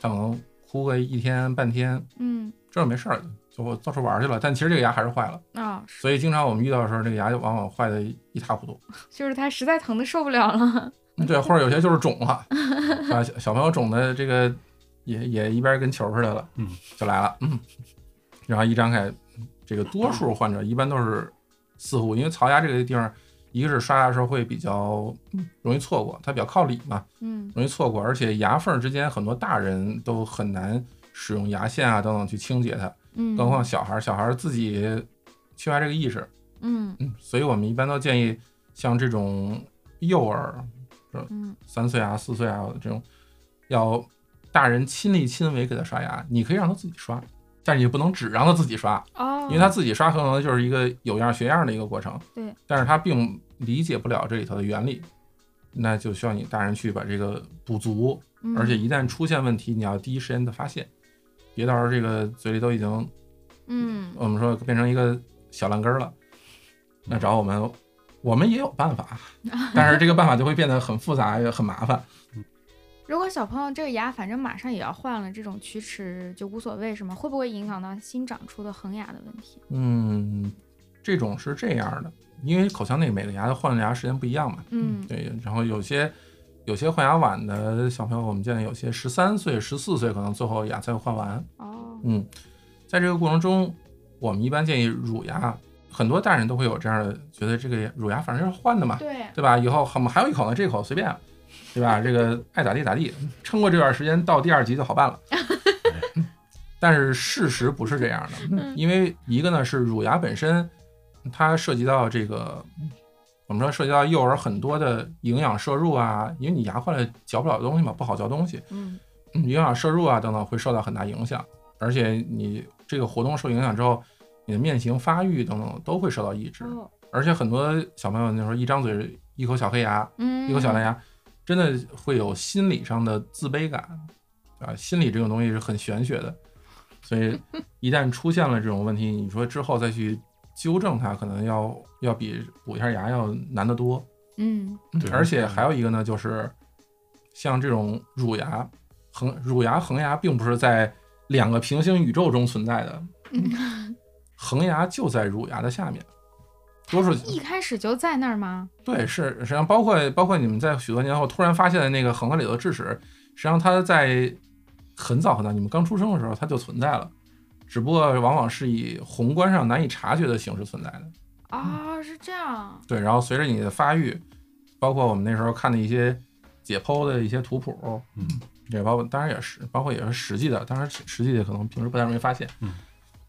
他可能哭个一天半天，
嗯
这没事儿，就我到处玩儿去了，但其实这个牙还是坏了。
啊、是
所以经常我们遇到的时候，这个牙就往往坏的一塌糊涂。
就是他实在疼的受不了了，
嗯对，或者有些就是肿了，啊，小小朋友肿的这个也也一边跟球似的了，
嗯，
就来了，嗯，然后一张开，这个多数患者一般都是四户，因为槽牙这个地方，一个是刷牙的时候会比较容易错过，它比较靠里嘛，
嗯
容易错过，而且牙缝之间很多大人都很难使用牙线啊等等去清洁它，
嗯，
更何况小孩儿，小孩儿自己缺乏这个意识，
嗯
嗯，所以我们一般都建议像这种幼儿
嗯
三岁啊、四岁啊这种，要大人亲力亲为给他刷牙。你可以让他自己刷，但是你不能只让他自己刷，
哦，
因为他自己刷可能就是一个有样学样的一个过程。
对，
但是他并理解不了这里头的原理，那就需要你大人去把这个补足，
嗯
而且一旦出现问题，你要第一时间的发现，别到时候这个嘴里都已经
嗯嗯
我们说变成一个小烂根儿了，那找我们，我们也有办法，但是这个办法就会变得很复杂，也很麻烦。
如果小朋友这个牙反正马上也要换了，这种龋齿就无所谓是吗？会不会影响到新长出的恒牙的问题？
嗯，这种是这样的，因为口腔内每个牙的换牙时间不一样嘛。
嗯
对，然后有些有些换牙晚的小朋友，我们见有些十三岁、十四岁可能最后牙才换完。
哦
嗯，在这个过程中，我们一般建议乳牙，很多大人都会有这样的觉得，这个乳牙反正就是换的嘛，
对
对吧？以后我们还有一口呢，这口随便，对吧？这个爱咋地咋地，撑过这段时间到第二集就好办了。但是事实不是这样的，因为一个呢是乳牙本身，它涉及到这个，我们说涉及到幼儿很多的营养摄入啊，因为你牙坏了嚼不了东西嘛，不好嚼东西，
嗯
嗯营养摄入啊等等会受到很大影响，而且你这个活动受影响之后，你的面型发育等等都会受到抑制，
哦
而且很多小朋友那时候一张嘴一口小黑牙，
嗯
一口小蓝牙，真的会有心理上的自卑感啊。心理这种东西是很玄学的，所以一旦出现了这种问题，你说之后再去纠正它，可能要要比补一下牙要难得多。
嗯
对
而且还有一个呢，就是像这种乳牙、恒乳牙、恒牙，并不是在两个平行宇宙中存在的，恒牙就在乳牙的下面。多数
一开始就在那儿吗？
对，是实际上包括包括你们在许多年后突然发现的那个恒河里头的智齿，实际上它在很早很早，你们刚出生的时候它就存在了，只不过往往是以宏观上难以察觉的形式存在的。
嗯
啊、是这样，
对，然后随着你的发育，包括我们那时候看的一些解剖的一些图谱，
嗯，
也包括当然也是包括也是实际的，当然实际的可能平时不太容易发现，
嗯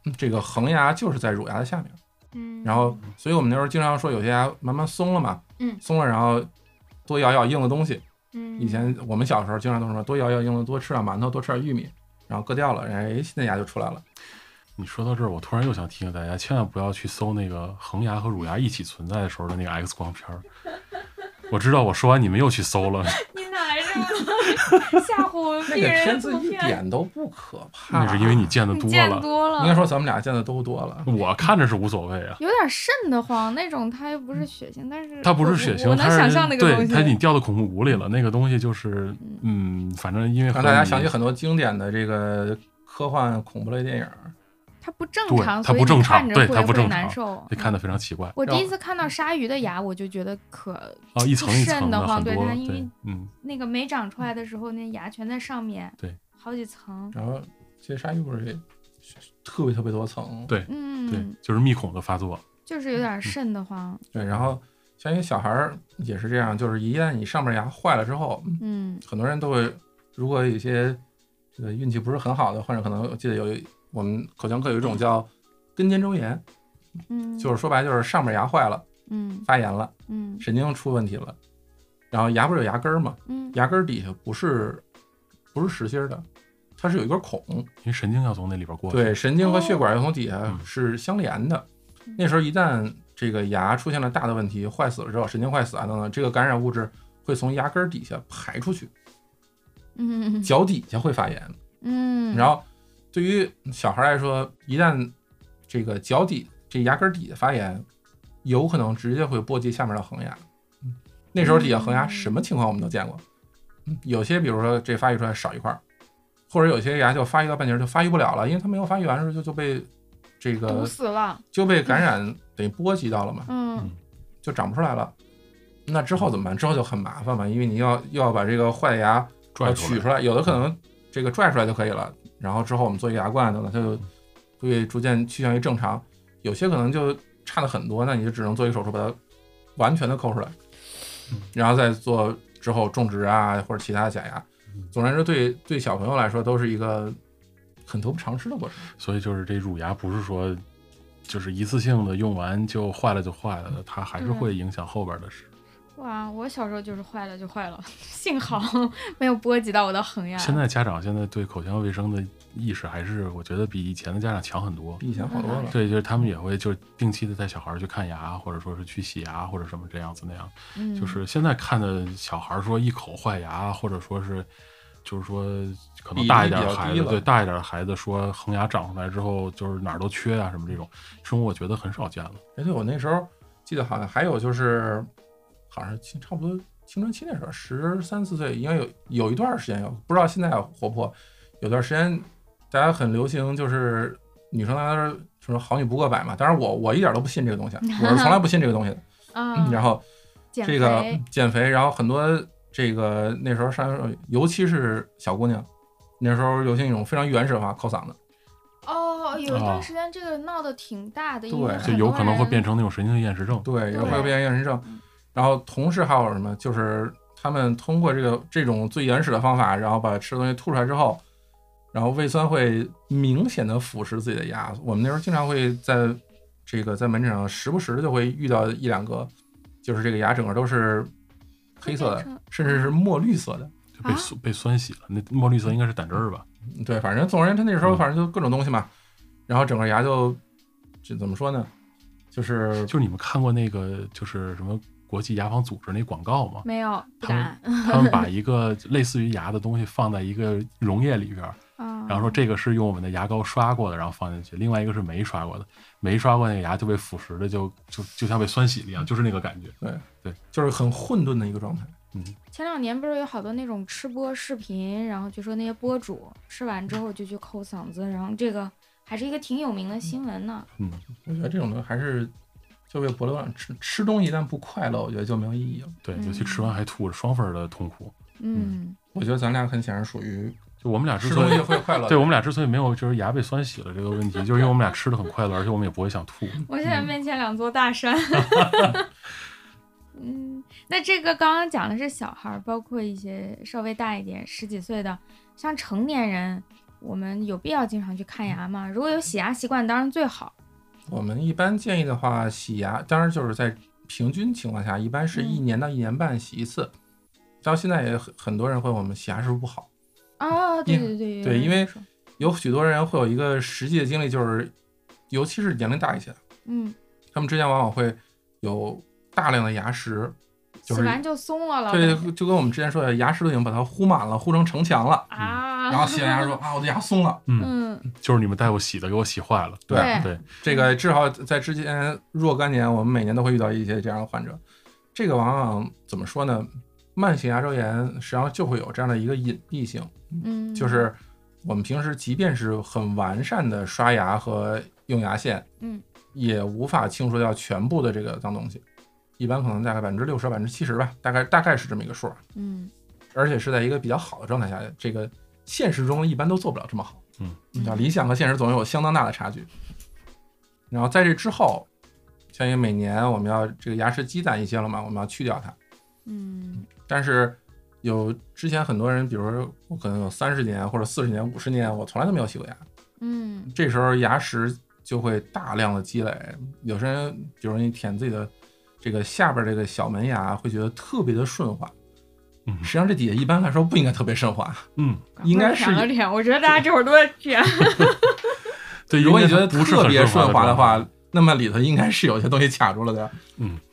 嗯，这个恒牙就是在乳牙的下面。
嗯，
然后，所以我们那时候经常说，有些牙慢慢松了嘛，
嗯
松了，然后多咬咬硬的东西。
嗯，
以前我们小时候经常都说，多咬咬硬的，多吃点馒头，多吃点玉米，然后割掉了，哎，新的牙就出来了。
你说到这儿，我突然又想提醒大家，千万不要去搜那个恒牙和乳牙一起存在的时候的那个 X 光片儿。我知道，我说完你们又去 搜了，
你哪 来这么多吓唬
那
病
个
人的
片子
图
一
片？
点都不可怕，
那是因为你嗯见得
你
多
见
了。
多了，
应该说咱们俩见的都多了。
我看着是无所谓啊，
有点瘆得慌，那种它又不是血腥，但 是
嗯它不
我
是血
我
腥，
我能
它是
想象那个东
对
西。
它你掉到恐怖谷里了，那个东西就是嗯，反正因为
让
和
大家
你
想起很多经典的这个科幻恐怖类电影，
它不正
对
常，
它
所以
不
你
正
看
常
着
对
会
它不
会
正
难
常
受。
被看得非常奇怪
我第
然
一
后
次看到鲨鱼的牙，我就觉得可
啊，一层一层
瘆得
的
慌
很
对
多
它因为
对嗯，
那个没长出来的时候，那牙全在上面，
对，
好几层，
然后这鲨鱼不是也特别特别多层，
对对
嗯，，
就是密孔的发作，
就是有
嗯
点瘆得慌，
对，然后像一个小孩儿也是这样，就是一旦你上面牙坏了之后，
嗯
很多人都会，如果有一些对运气不是很好的患者，可能我记得有我们口腔科有一种叫根尖周炎，
嗯，
就是说白了就是上面牙坏了，
嗯
发炎了，
嗯
神经出问题了，然后牙不是有牙根儿吗？
嗯
牙根儿底下不是不是实心儿的，它是有一根孔，
因为神经要从那里边过去。
对，神经和血管要从底下
嗯
是相连的。那时候一旦这个牙出现了大的问题，坏死了之后，神经坏死啊等等，这个感染物质会从牙根儿底下排出去，
嗯
脚底下会发炎。
嗯，
然后对于小孩来说，一旦这个脚底这牙根儿底下发炎，有可能直接会波及下面的恒牙。那时候底下恒牙什么情况我们都见过，嗯有些比如说这发育出来少一块儿，或者有些牙就发育到半截儿就发育不了了，因为它没有发育完的时候就就被这
堵
个
呃死了，
就被感染等于波及到了嘛，
嗯
就长不出来了。那之后怎么办？之后就很麻烦嘛，因为你要又要把这个坏牙
拽
要
出
取
来。
出来，有的可能这个拽出来就可以了。然后之后我们做一个牙冠等等，它就会逐渐趋向于正常。有些可能就差的很多，那你就只能做一个手术把它完全的抠出来，
嗯
然后再做之后种植啊或者其他的假牙。
嗯
总而言之，对对小朋友来说都是一个很得不偿失的过程。
所以就是这乳牙不是说就是一次性的用完就坏了就坏了，它还是
嗯
会影响后边的事。
哇，我小时候就是坏了就坏了， 幸好没有波及到我的恒牙。
现在家长现在对口腔卫生的意识还是我觉得比以前的家长强很多。
比以前好多了。
对，就是他们也会就是定期的带小孩去看牙，或者说是去洗牙，或者什么这样子那样。
嗯
就是现在看的小孩说一口坏牙，或者说是，就是说可能大一点的
比
孩
例比较
子，
低
对
了
大一点的孩子说恒牙长出来之后就是哪儿都缺啊什么这种，这种我觉得很少见了。
哎，对，我那时候记得好像还有就是，好像是青差不多青春期那时候，十三四岁，应该有有一段时间有，不知道现在活不活。有段时间大家很流行，就是女生大家都说好女不过百嘛，当然我我一点都不信这个东西啊，我是从来不信这个东西的。
啊，
嗯
然后
减
这个
肥
减肥，然后很多这个那时候上，尤其是小姑娘，那时候流行一种非常原始的方法抠嗓子。
哦，有一
哦
段时间这个闹得挺大的，因为
对
很多
就有可能会
人
变成那种神经厌食症。
对，有
对
会有变厌食症
嗯。
然后同时还有什么？就是他们通过这个这种最原始的方法，然后把吃的东西吐出来之后，然后胃酸会明显的腐蚀自己的牙。我们那时候经常会在这个在门诊上时不时地就会遇到一两个，就是这个牙整个都是黑色
会
的
变成，
甚至是墨绿色的。
就被
啊
酸被酸洗了，那墨绿色应该是胆汁儿吧？
嗯对，反正总而言之，他那时候
嗯
反正就各种东西嘛，然后整个牙就这怎么说呢？就是
就是你们看过那个就是什么国际牙防组织那广告 吗？
没有不
他们
敢
他们把一个类似于牙的东西放在一个溶液里边儿，
啊，
然后说这个是用我们的牙膏刷过的，然后放进去；另外一个是没刷过的，没刷过那个牙就被腐蚀的，就就就像被酸洗了一样，就是那个感觉。
就是很混沌的一个状态。
前两年不是有好多那种吃播视频，然后就说那些播主吃完之后就去抠嗓子，然后这个还是一个挺有名的新闻呢。
嗯，
我觉得这种东西还是就被博流浪吃吃东西，一旦不快乐，我觉得就没有意义了。
对，
嗯
尤其吃完还吐，双份儿的痛苦。
嗯
我觉得咱俩很显然属于
就我们俩之
吃
所
东
以
西会快乐，
对我们俩之所以没有就是牙被酸洗了这个问题，就是因为我们俩吃的很快乐，而且我们也不会想吐。
我现
嗯
在面前两座 大山。嗯，那这个刚刚讲的是小孩儿，包括一些稍微大一点十几岁的，像成年人，我们有必要经常去看牙吗？如果有洗牙习惯，当然最好。
我们一般建议的话，洗牙当然就是在平均情况下，一般是一年到一年半洗一次。到现在也很很多人会问我们洗牙是不是不好，
哦，对
因
对对
对因为
说
有许多人会有一个实际的经历，就是尤其是年龄大一些，
嗯，
他们之前往往会有大量的牙石，就
洗
是
完就松了了。
对，就跟我们之前说的，牙石都已经把它糊满了，糊成城墙了。
啊，
然后洗完牙说啊，我的牙松了，
嗯，
就是你们带我洗的，给我洗坏了。
对
对，
这个至少在之前若干年，我们每年都会遇到一些这样的患者。这个往往怎么说呢？慢性牙周炎实际上就会有这样的一个隐蔽性，
嗯，
就是我们平时即便是很完善的刷牙和用牙线，
嗯，
也无法清除掉全部的这个脏东西，一般可能大概百分之六十、百分之七十吧，大概大概是这么一个数儿，
嗯
而且是在一个比较好的状态下，这个现实中一般都做不了这么好。
嗯
啊，理想和现实总有相当大的差距。然后在这之后，相当于每年我们要这个牙齿积攒一些了嘛，我们要去掉它。
嗯
但是有之前很多人，比如说我可能有三十年或者四十年、五十年，我从来都没有洗过牙，
嗯
这时候牙石就会大量的积累。有些人，比如你舔自己的这个下边这个小门牙，会觉得特别的顺滑。
嗯
实际上这底下一般来说不应该特别顺滑。
嗯，
应该是嗯
舔了舔，我觉得大家这会儿都在舔。
对，
如果你
应该
觉得
不是
特别
很
顺
滑
滑的
话，
话，那么里头应该是有些东西卡住了的。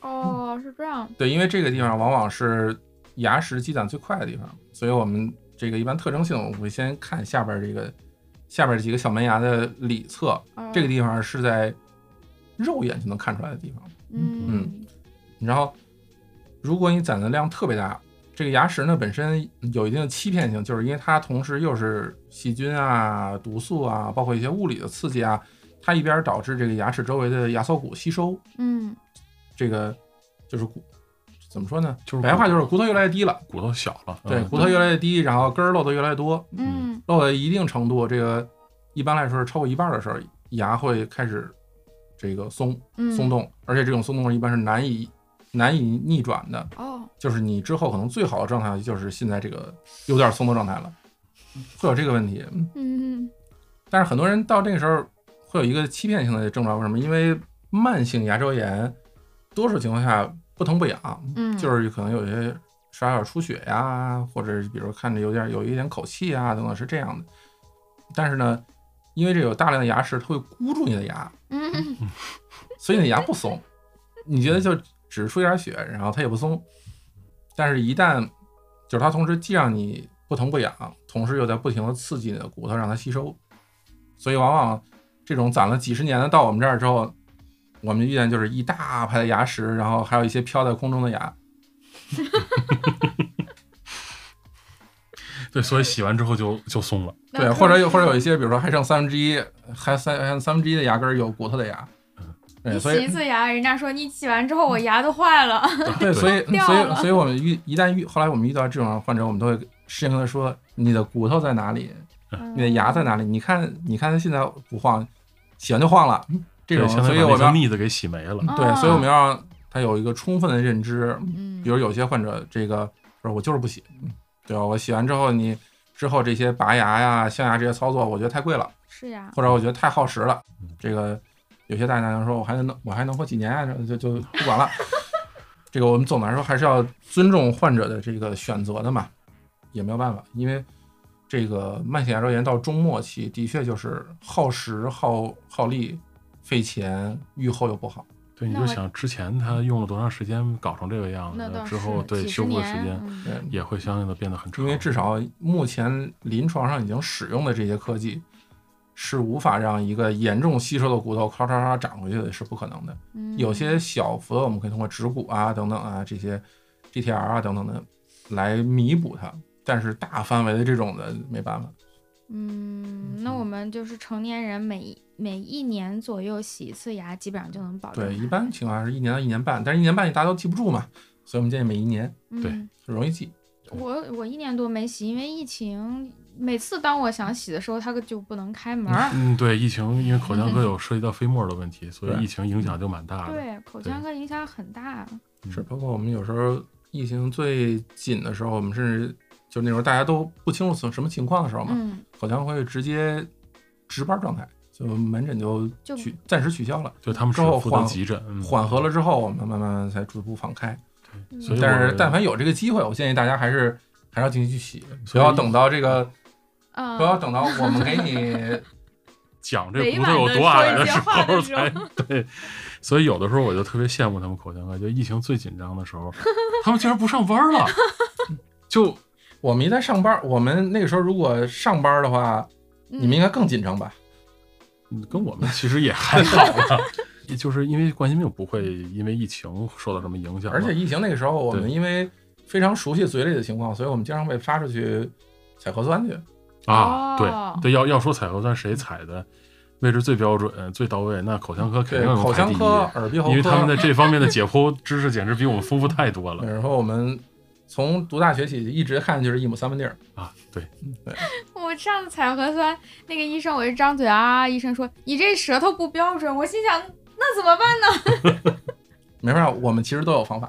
哦，是这样。
对，因为这个地方往往是牙石积攒最快的地方，所以我们这个一般特征性，我们会先看下边这个下边几个小门牙的里侧，
哦
这个地方是在肉眼就能看出来的地方。
嗯
然后，如果你攒的量特别大，这个牙石呢本身有一定的欺骗性，就是因为它同时又是细菌啊、毒素啊，包括一些物理的刺激啊，它一边导致这个牙齿周围的牙槽骨吸收，
嗯
这个就是骨怎么说呢？
就是
白话就是骨头越来越低了，
骨头小了，
对，
嗯
骨头越来越低，然后根儿漏的越来越多，
嗯
漏到一定程度，这个一般来说是超过一半的时候，牙会开始这个松
嗯，
松动，而且这种松动一般是难以难以逆转的。
哦，
就是你之后可能最好的状态就是现在这个有点松的状态了，会有这个问题。嗯
嗯
但是很多人到这个时候会有一个欺骗性的症状，为什么？因为慢性牙周炎，多数情况下不疼不痒，
嗯，
就是可能有一些刷点出血呀、或者是比如看着有点有一点口气啊等等是这样的。但是呢，因为这有大量的牙石，它会箍住你的牙，
嗯
所以你的牙不松。你觉得就只出一点血，然后它也不松，但是一旦就是它同时既让你不疼不痒，同时又在不停的刺激你的骨头让它吸收，所以往往这种攒了几十年的到我们这儿之后，我们遇见就是一大排的牙石，然后还有一些飘在空中的牙。
对，所以洗完之后就就松了，
那
对，
可
或者有或者有一些，比如说还剩三分之一，还三还剩三分之一的牙根儿有骨头的牙，对，
嗯你
所
洗
以
一次牙，人家说你洗完之后我牙都 坏了。
嗯
对，所以
掉
所以
了
所以我们遇一旦遇后来我们遇到这种患者，我们都会适应地说你的骨头在哪里，你的嗯牙在哪里？你看你看它现在不晃，洗完就晃了，嗯这种，
对相当
所
于
以
把
我
那
们
层
要
腻子给洗没了。
嗯
对，
哦
所以我们要让他有一个充分的认知，
嗯
比如有些患者这个说我就是不洗，嗯对吧？我洗完之后你。之后这些拔牙呀、镶牙这些操作，我觉得太贵了，
是呀，
或者我觉得太耗时了。这个有些大家说，我还能我还能活几年啊？就就不管了。 这个我们总的来说还是要尊重患者的这个选择的嘛，也没有办法，因为这个慢性牙周炎到中末期的确就是耗时、耗耗力、费钱，愈后又不好。
对，你
那
就
我嗯
想之前他用了多长时间搞成这个样
那
子
倒，
之后
是
对
几十
修复的时
年
间
嗯
对，
也会相应的变得很长。
因为至少目前临床上已经使用的这些科技。是无法让一个严重吸收的骨头咔嚓咔嚓长回去的，是不可能的。
嗯
有些小幅的，我们可以通过植骨啊等等啊这些 GTR 啊等等的来弥补它，但是大范围的这种的没办法。
嗯，那我们就是成年人每每一年左右洗一次牙，基本上就能保证它。
对，一般情况下是一年到一年半，但是一年半大家都记不住嘛，所以我们建议每一年
对
嗯
容易记。
我我一年多没洗，因为疫情。每次当我想洗的时候，它就不能开门儿。
嗯，对，疫情因为口腔科有涉及到飞沫的问题，所以
对
疫情影响就蛮大的。
嗯对，口腔科影响很大。
是，包括我们有时候疫情最紧的时候，我们甚至就那时候大家都不清楚什么情况的时候嘛，
嗯，
口腔会直接值班状态，就门诊就
就
取暂时取消了。
对，他们只
之后
负责
缓
急诊，嗯
缓和了之后，我们慢慢才逐步放开。
嗯
所以
但
我
是但凡有这个机会，我建议大家还是还是要进去去洗，不
所以
要等到这个，
啊，
不要等到我们给 你
讲这
委
骨头
婉地
有多
说
矮
一
的
些
时
话
候
的时
才对，所以有的时候我就特别羡慕他们口腔科，就疫情最紧张的时候，他们竟然不上班了，就
我们一旦上班，我们那个时候如果上班的话，
嗯
你们应该更紧张吧？
嗯跟我们其实也还好了， 就是因为冠心病不会因为疫情受到什么影响嘛，
而且疫情那个时候，我们
对
因为非常熟悉嘴里的情况，所以我们经常被发出去采核酸去。
啊，对
哦
对，要要说采核酸
嗯
谁采的位置最标准、最到位，那口腔科肯
对
定，能
口
排
腔
第一，
科、耳鼻喉
因为他们
科，
在这方面的解剖知识简直比我们丰富太多了
然后我们从读大学起一直看就是一亩三分地儿。
啊！对，
我上次采核酸，那个医生我一张嘴啊，医生说你这舌头不标准，我心想那怎么办呢？
没办法，我们其实都有方法，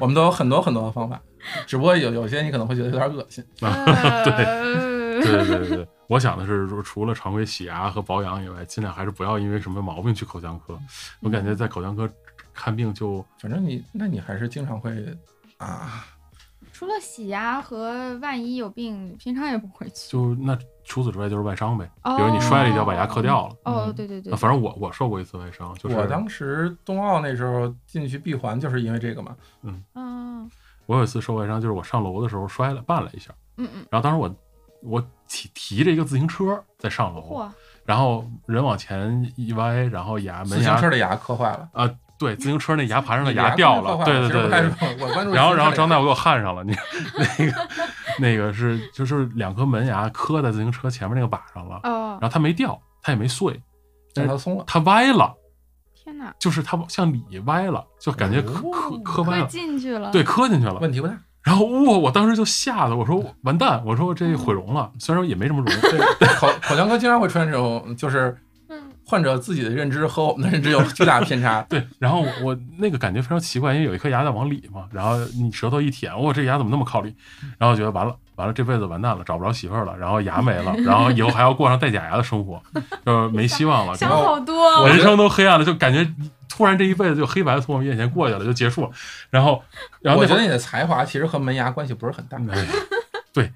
我们都有很多很多的方法。只不过有有些你可能会觉得有点恶心，
啊
对，
对对对，我想的是，如除了常规洗牙和保养以外，尽量还是不要因为什么毛病去口腔
嗯
科。我感觉在口腔科看病就
反正你那你还是经常会啊，
除了洗牙和万一有病，平常也不会去。
就那，除此之外就是外伤呗，
哦
比
哦
如你摔了一跤把牙磕掉了。啊
嗯
哦，对对对
那，反正我我受过一次外伤，就是
我当时冬奥那时候进去闭环就是因为这个嘛，
嗯
我有一次受外伤，就是我上楼的时候摔了绊了一下，
嗯嗯，
然后当时我我提提着一个自行车在上楼，
嚯，
然后人往前一歪，然后牙
自
门
行
牙
车的牙磕坏了，
啊，对，自行车那牙盘上的
你
牙
牙
掉
磕
了，
坏
对对
其实
对
我开
对
始。 我关注
然后，然后张大
大
夫给我焊上了，你 那个那个是就是两颗门牙磕在自行车前面那个把上了，
哦
然，后它没掉，它也没碎，
让他松了，
它歪了，
天哪，
就是它向里歪了，就感觉磕
哦
磕磕歪
快
了，
进去了。
对，，磕进去了。
问题不大。
然后哇，我当时就吓得我说完蛋，我说这毁容了，虽然说也没什么容，。
对，口口腔科经常会出现这种，就是
嗯，
患者自己的认知和我们的认知有巨大的偏差
对，然后我我那个感觉非常奇怪，因为有一颗牙在往里嘛，然后你舌头一舔，哇，这牙怎么那么靠里？然后觉得完了，完了，这辈子完蛋了，找不着媳妇儿了，然后牙没了，然后以后还要过上戴假牙的生活， 就是没希望了，
想
然后
好多
我，
人生都黑暗了，就感觉突然这一辈子就黑白从我面前过去了，就结束了。然后， 然后
我
那
觉得
会儿，
你的才华其实和门牙关系不是很大，
哎对，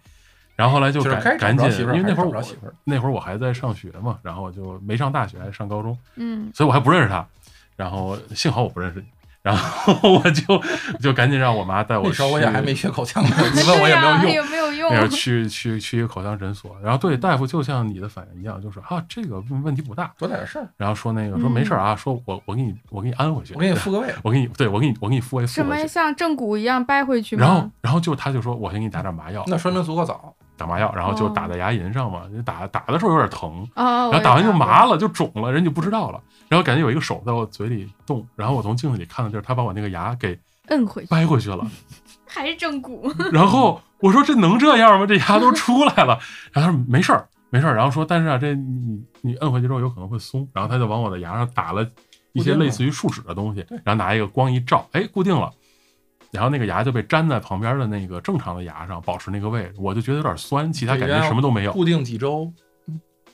然后后来就
就是
赶
该找
赶
不
紧
着媳，妇
因
儿还
为
是找
那会儿
不着
我
媳妇儿。
那会儿我还在上学嘛，然后就没上大学，还上高中。
嗯，
所以我还不认识他。然后幸好我不认识你，然后我就就赶紧让我妈带我啊
那
去。
时候我也还没学口腔呢，你问我
对
也
呀，
没有用。
有没有用
那？会儿去去去一个口腔诊所，然后对大夫就像你的反应一样，就是啊这个问问题不大，
多大点事儿，
然后说那个说没事儿啊，说我我给你我给你安回去，
嗯我给你复个位。
我给你对我给你我给你复位复
什
回
么
去。
像正骨一样掰回去吗？
然后，然后就他就说，我先给你打点麻药，
那说明足够早，
打麻药，然后就
哦
打在牙龈上嘛，打打的时候有点疼，
哦，
然后打完就麻
了，
了，就肿了，人就不知道了。然后感觉有一个手在我嘴里动，然后我从镜子里看到就是他把我那个牙给
摁 回去，
掰回去了。
还是正骨？
然后我说这能这样吗？这牙都出来了。然后他说没事儿，没事儿。然后说但是啊，这你你摁回去之后有可能会松。然后他就往我的牙上打了一些类似于树脂的东西，然后拿一个光一照，哎，固定了。然后那个牙就被粘在旁边的那个正常的牙上，保持那个位置。我就觉得有点酸，其他感觉什么都没有。
固定几周，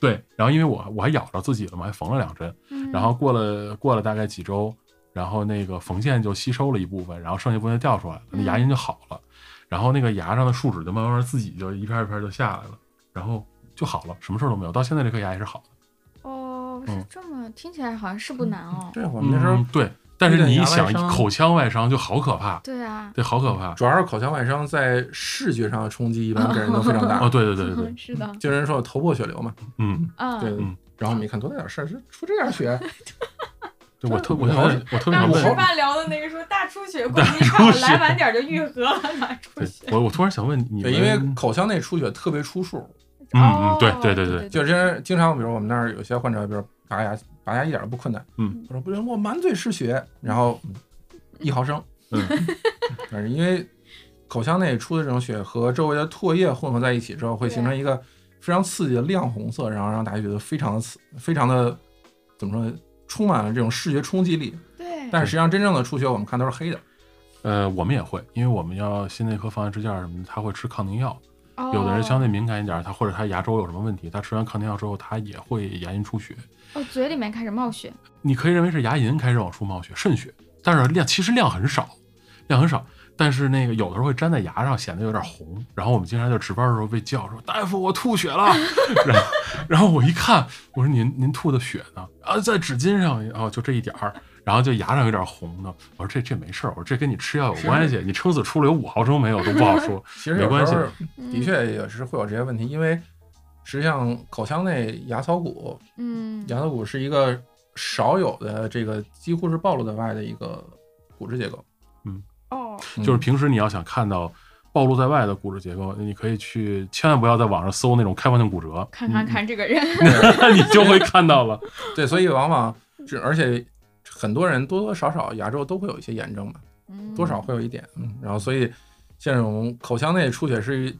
对，然后因为我我还咬着自己了嘛，还缝了两针。
嗯
然后过了过了大概几周，然后那个缝线就吸收了一部分，然后剩下部分就掉出来了，那
嗯
牙龈就好了，然后那个牙上的树脂就慢慢自己就一片一片就下来了，然后就好了，什么事儿都没有。到现在这颗牙也是好的。
哦，是
嗯
这么，听起来好像是不难哦。
对我们那时候
对，但是
那个
你一
牙外
想
伤
口腔外伤就好可怕，
对啊，
对，好可怕。
主要是口腔外伤在视觉上的冲击一般给人都非常
哦，
大，
对对对对
嗯
对，
是的，
就有人说我头破血流嘛，
嗯，
啊
嗯，
对
嗯。
然后我们一看多大点事儿，这出这点血，
对我特我
我
特
好
别我特别想
我
问
好
吃，饭聊的那个说大出血，估
大
计
出
看我
血
来晚点就愈合了，大出
对
血。
我我突然想问你
对，
们，
因为口腔内出血特别出数，
嗯嗯对
哦
对对
对
对
对，
就真是经常，比如我们那儿有些患者，比如拔牙，拔牙一点都不困难。
嗯，
我说不行，我满嘴是血，然后嗯一毫升，
嗯
但是因为口腔内出的这种血和周围的唾液混合在一起之后，会
对
形成一个非常刺激的亮红色，然后让大家觉得非常的刺，非常的怎么说呢，充满了这种视觉冲击力。
嗯
对，
但是实际上真正的出血，我们看都是黑的。
呃，我们也会，因为我们要心内科放完支架什么的，他会吃抗凝药，有的人相对敏感一点儿，他或者他牙周有什么问题，他吃完抗凝药之后，他也会牙龈出血。
哦，嘴里面开始冒血，
你可以认为是牙龈开始往出冒血，渗血，但是量其实量很少，量很少。但是那个有的时候会粘在牙上，显得有点红。然后我们经常就值班的时候被叫说：“大夫，我吐血了。”然后，然后我一看，我说：“您您吐的血呢？啊，在纸巾上哦，就这一点儿。”然后就牙上有点红呢。我说：“这这没事儿，我说这跟你吃药有
是
关系，你撑死出了有五毫升没有都不好说。
其实
没
有
关系
时候
嗯
的确也是会有这些问题，因为实际上口腔内牙槽骨
嗯，
哦
羊头骨是一个少有的这个几乎是暴露在外的一个骨质结构，嗯
哦，
嗯
嗯
就是平时你要想看到暴露在外的骨质结构，你可以去千万不要在网上搜那种开放性骨折，
看看看这个人，
那 你就会看到了。
对，所以往往这而且很多人多多少少牙周都会有一些炎症嘛，
嗯
多少会有一点，嗯，然后所以像这种口腔内出血是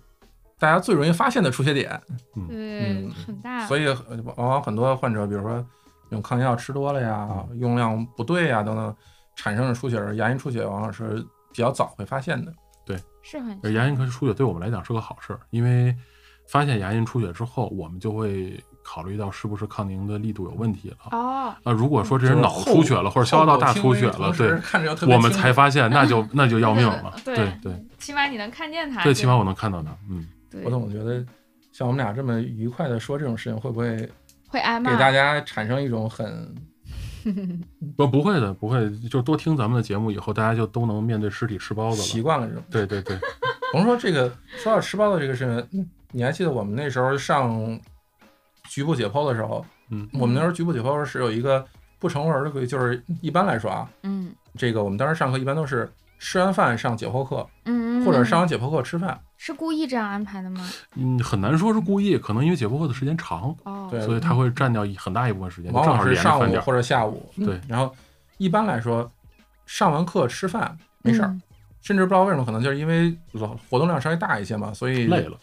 大家最容易发现的出血点，
对
嗯，
很
啊
大，
所以呃往往很多患者，比如说用抗药吃多了呀，用量不对呀等等，产生的出血，牙龈出血往往是比较早会发现的。
是很
而呃牙龈科出血对我们来讲是个好事儿，因为发现牙龈出血之后，我们就会考虑到是不是抗凝的力度有问题了。
哦，
啊，如果说这人脑出血了，或者消化道大出血了，对，，我们才发现，那 就那就要命了。
对
对对，
起码你能看见它，
最起码我能看到他，嗯，
对
我总觉得，像我们俩这么愉快的说这种事情，会不会
会挨
给
骂。
大家产生一种很
不不会的，不会，就多听咱们的节目以后，大家就都能面对尸体吃包子
习
了。
惯了这种？
对对对，
甭说这个，说到吃包子这个事情，嗯你还记得我们那时候上局部解剖的时候，
嗯，
我们那时候局部解剖是有一个不成文的规矩，就是一般来说啊，
嗯
这个我们当时上课一般都是吃完饭上解剖课，
嗯，嗯
或者
嗯
上完解剖课吃饭。
是故意这样安排的吗？
嗯，很难说是故意，可能因为解剖课的时间长，
哦，
对
所以他会占掉一很大一部分时间，就
往
嗯正
往
好
是
连着
上
饭
午
点儿。
或者下午。嗯
对
然后一般来说，上完课吃饭没事儿，
嗯
甚至不知道为什么，可能就是因为老活动量稍微大一些嘛，所以
累了，嗯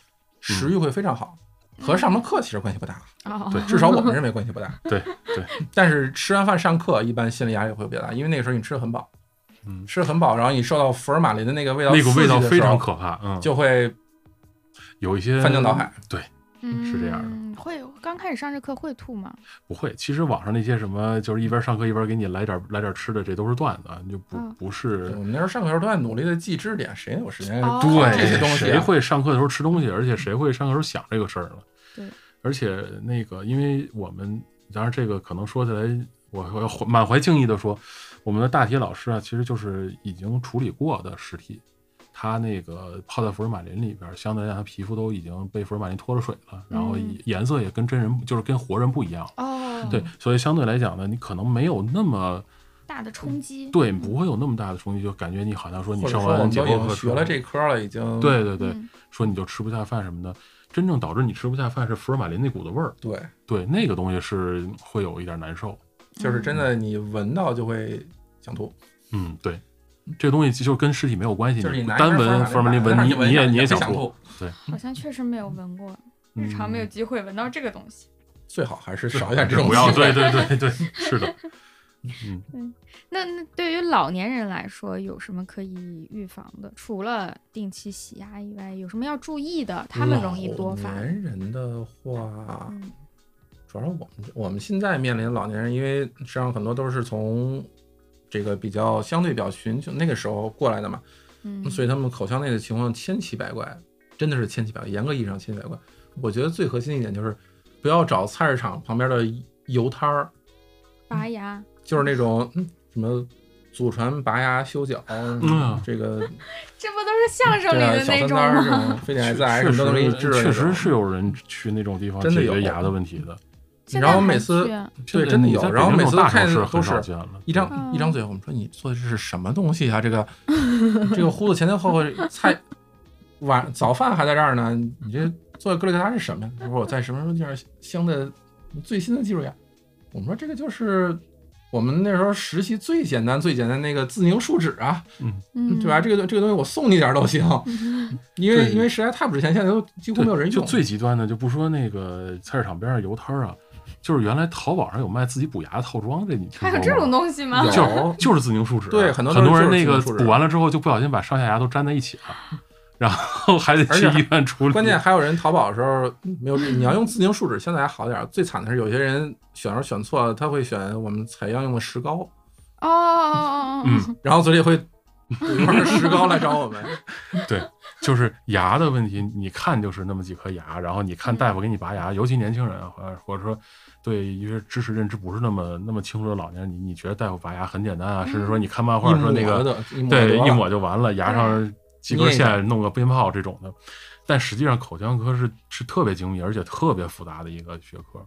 食欲会非常好。和上完课其实关系不大，
哦，
对
至少我们认为关系不 大。
对对，
但是吃完饭上课，一般心理压力会比较大，因为那个时候你吃的很饱，
嗯，
吃的很饱，然后你受到福尔马林的那个味道，
那个味道非常，可怕，嗯，
就会
有一些
翻江倒海。
对，
嗯
是这样的
的。会刚开始上这课会吐吗？
不会。其实网上那些什么，就是一边上课一边给你来点来点吃的，这都是段子，啊，就不
嗯
不是
我们那时候上课时候都在努力的记知识点，谁有时间
哦
看这
对，
些东西
谁
啊？
会上课的时候吃东西？而且谁会上课的时候想这个事儿呢？
对，
而且那个，因为我们，当然这个可能说起来，我我要满怀敬意的说，我们的大体老师啊，其实就是已经处理过的尸体，他那个泡在福尔马林里边儿，相对来讲，他皮肤都已经被福尔马林脱了水了，然后
嗯
颜色也跟真人就是跟活人不一样。
嗯
哦，
对，所以相对来讲呢，你可能没有那么
大的
嗯
冲击。
对，不会有那么大的冲击，就感觉你好像说你
或者
上
说我
完
们
解
都已
剖课
经
之
学了
后
这科了，已经
对对对，
嗯
说你就吃不下饭什么的。真正导致你吃不下饭是福尔马林那股子味儿，
对，
对那个东西是会有一点难受。
就是真的你闻到就会想吐。
嗯，对，这个东西就跟尸体没有关系，
就是你
你
拿一
单
根
闻福尔马林
但
闻，
是
你
闻
你
一下
也你也
想
想吐，。
嗯
好像确实没有闻过，
嗯
日常没有机会闻到这个东西。
最好还是少一点这种
不要，
习惯
对对对对，是的，嗯，
那那对于老年人来说，有什么可以预防的？除了定期洗牙以外，有什么要注意的？他们容易多发
老。年人啊的话，
嗯
主要是我们我们现在面临老年人，因为实际上很多都是从这个比较相对比较贫穷那个时候过来的嘛，
嗯，
所以他们口腔内的情况千奇百怪，真的是千奇百怪。严格意义上千奇百怪。我觉得最核心一点就是不要找菜市场旁边的油摊儿，
拔牙，
就是那种嗯什么祖传拔牙修脚，
嗯
这个
这不都是相声里
对啊
的
小
那
三
种
单儿这
吗？ 嗯
种非典
确
S I 什么都能给你治了，
确实是。有人去那种地方
真的
解
有
决牙的问题的。
现在
然后
还
每次
去啊
对
现在
真的
你
有
在北
然后
京这
每
种
次
大
看
城市很
都
少
是
见了，
一
对
张
嗯
一张嘴，我们说你做的这是什么东西啊？这 个这个糊的前前后后菜晚早饭还在这儿呢，你这做的格里格达是什么呀？他说我在什么什么地方镶的最新的技术呀？我们说这个就是我们那时候实习最简单最简单那个自凝树脂啊，
嗯，
对吧？这个这个东西我送你点儿都行， 因为
对
因为实在太不值钱，现在都几乎
对，
没有人
就
用。
最极端的，就不说那个菜市场边上油摊儿啊，就是原来淘宝上有卖自己补牙的套装，这你听
还有
说
这
过
种
吗
东西吗？
哦
有
就是就是自凝树脂，
对很多
很
都
多
是
人
就是
那个
自凝树脂
补完了之后就不小心把上下牙都粘在一起了，然后还得
而
去
且还
医院处理。
关键还有人淘宝的时候没有，你要用自凝树脂，现在还好点儿。最惨的是有些人选时选错了，他会选我们采样用的石膏，
哦哦哦哦哦，
嗯，
然后嘴里会有一块石膏来找我 们。
对，就是牙的问题，你看就是那么几颗牙，然后你看大夫给你拔牙，尤其年轻人啊，或者或者说对一些知识认知不是那么那么清楚的老年人，你你觉得大夫拔牙很简单啊，甚至说你看漫画说那个
一抹的
对，一
抹
抹就完了，牙上几根线弄个鞭炮这种的。但实际上，口腔科是是特别精密，而且特别复杂的一个学科，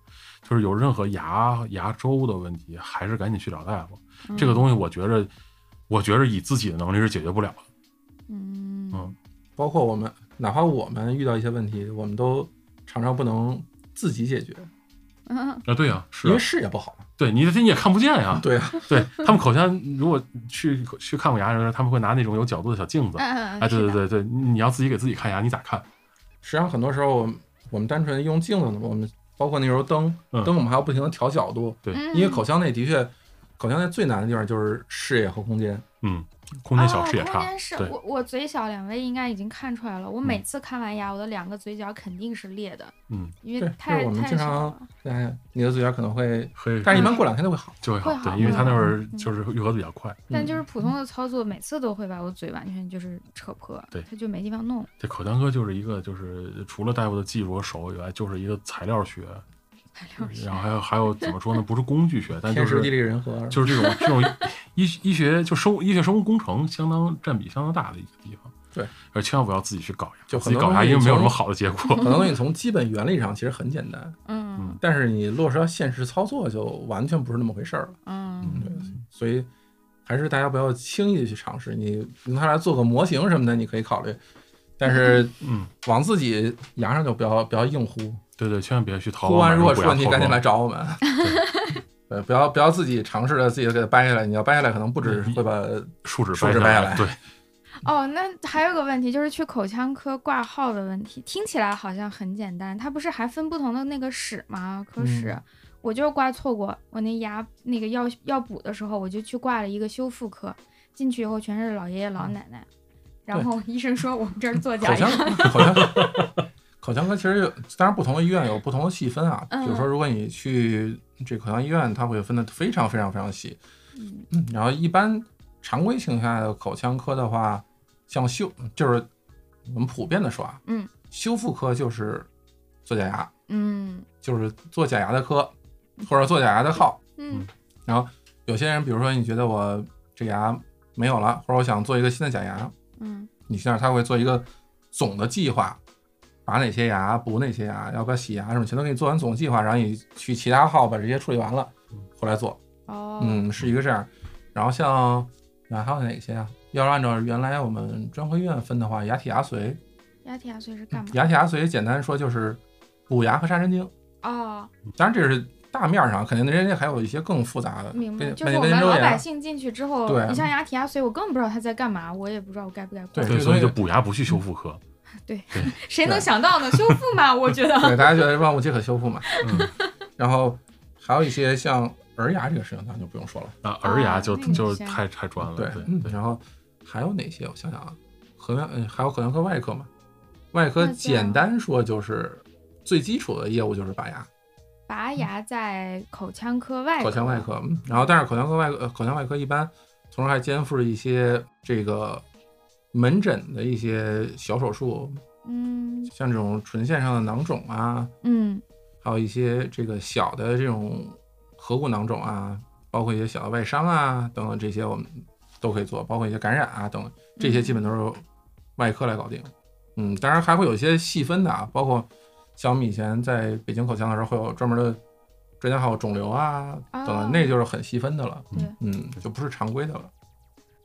就是有任何牙牙周的问题，还是赶紧去找大夫。
嗯
嗯
这个东西，我觉着，我觉着以自己的能力是解决不了的。
嗯
嗯
包括我们，哪怕我们遇到一些问题，我们都常常不能自己解决，
嗯
啊，对呀、是
因
啊
为视野不好。
对你你也看不见呀、
对啊，
对他们口腔如果去去看过牙的人，他们会拿那种有角度的小镜子。
嗯
啊，对对，对对，你要自己给自己看牙，你咋看？
实际上很多时候我们我们单纯用镜子，我们包括那时候灯
嗯
灯，我们还要不停的调角度，
对
嗯
因为口腔内的确，口腔内最难的地方就是视野和空间。
嗯，空间小吃也
哦、
差。
空间是
对，
我我嘴小，两位应该已经看出来了。我每次看完牙，我的两个嘴角肯定是裂的，
嗯，
因
对
为
就是
太
我们
太
经
少
常
了。
哎，你的嘴角可能会，
黑
但是一般过两天就会好。
就会
会
好，
好
对，因为他那会儿
嗯
就是愈合的比较快，
但就是是普通的操作，每次都会把我嘴完全就是扯破，
对
它就没地方弄。
这口腔科就是一个就是除了大夫的技术和手以外，就是一个材料学，
材料学
然后还有还有怎么说呢？不是工具学，嗯但就
天时地利
是
人和，
就是这种这种医 医学就生物医学生物工程相当占比相当大的一个地方。
对，
而千万不要自己去搞牙，
就
自己
很多
搞牙
东西
因为没有什么
从
好的结果。
很多东西从基本原理上其实很简单，
嗯
但是你落实到现实操作就完全不是那么回事儿了。
嗯，
所以还是大家不要轻易的去尝试，你用它来做个模型什么的，你可以考虑，但是
嗯，
往自己牙上就不要不要硬呼，
对对，千万别去淘
呼
宝
完
买
如
入
果
骨
出
牙
问题，
套
赶紧
装
来找我们。 对，不要不要自己尝试着自己给它掰下来，你要掰下来，可能不止会把
树脂
树
掰
脂
下
掰下
来，
来
对，
哦，那还有个问题就是去口腔科挂号的问题，听起来好像很简单，它不是还分不同的那个室吗？科室。
嗯
我就是挂错过，我那牙那个要要补的时候，我就去挂了一个修复科，进去以后全是老爷爷老奶奶， 然后医生说我们这儿做
嗯
假
口
牙
腔，口腔口腔科其实有，当然不同的医院有不同的细分啊。
嗯
比如说，如果你去这口腔医院，它会分的非常非常非常细。嗯，然后一般常规情况下的口腔科的话，像修就是我们普遍的说啊，
嗯，
修复科就是做假牙，
嗯
就是做假牙的科，或者做假牙的号。
嗯
有些人，比如说你觉得我这牙没有了，或者我想做一个新的假牙，
嗯
你去那儿他会做一个总的计划，拔哪些牙，补哪些牙，要不要洗牙什么，全都给你做完总计划，然后你去其他号把这些处理完了回来做。
哦
嗯，是一个这样。然后像啊还有哪些啊？要是按照原来我们专科医院分的话，牙体牙髓，
牙体牙髓是干嘛？
牙体牙髓简单说就是补牙和杀神经。
哦，
当然这是大面上，肯定人家还有一些更复杂的，
明白，
跟
就是
跟
我们
跟周
老百
炎。
姓进去之后，
啊对啊
你像牙体牙髓，我根本不知道他在干嘛，我也不知道我该不该挂
对。
对，
这
所以就
东西
补牙不去修复科，
谁能想到呢？修复嘛，我觉得。
对，大家觉得万物皆可修复嘛。
嗯，
然后还有一些像儿牙这个事情，咱就不用说了。
那儿牙就
哦那个
就
行
太太专了，
对
啊对，
嗯
对
然后还有哪些？我想想啊，口腔嗯，还有口腔科外科嘛，外科
那叫
简单说就是最基础的业务就是拔牙，
拔
嗯
牙在口腔科外，
口腔外，科。嗯然后但是口腔科外科、呃口腔外科一般同时还肩负着一些这个门诊的一些小手术，
嗯
像这种唇线上的囊肿啊，
嗯
还有一些这个小的这种颌骨囊肿啊，包括一些小的外伤啊等等这些我们都可以做，包括一些感染啊等等，这些基本都是外科来搞定。嗯，当然还会有一些细分的啊，包括像我们以前在北京口腔的时候，会有专门的专家号肿瘤啊等等，
哦
那就是很细分的了。
对
嗯，就不是常规的了。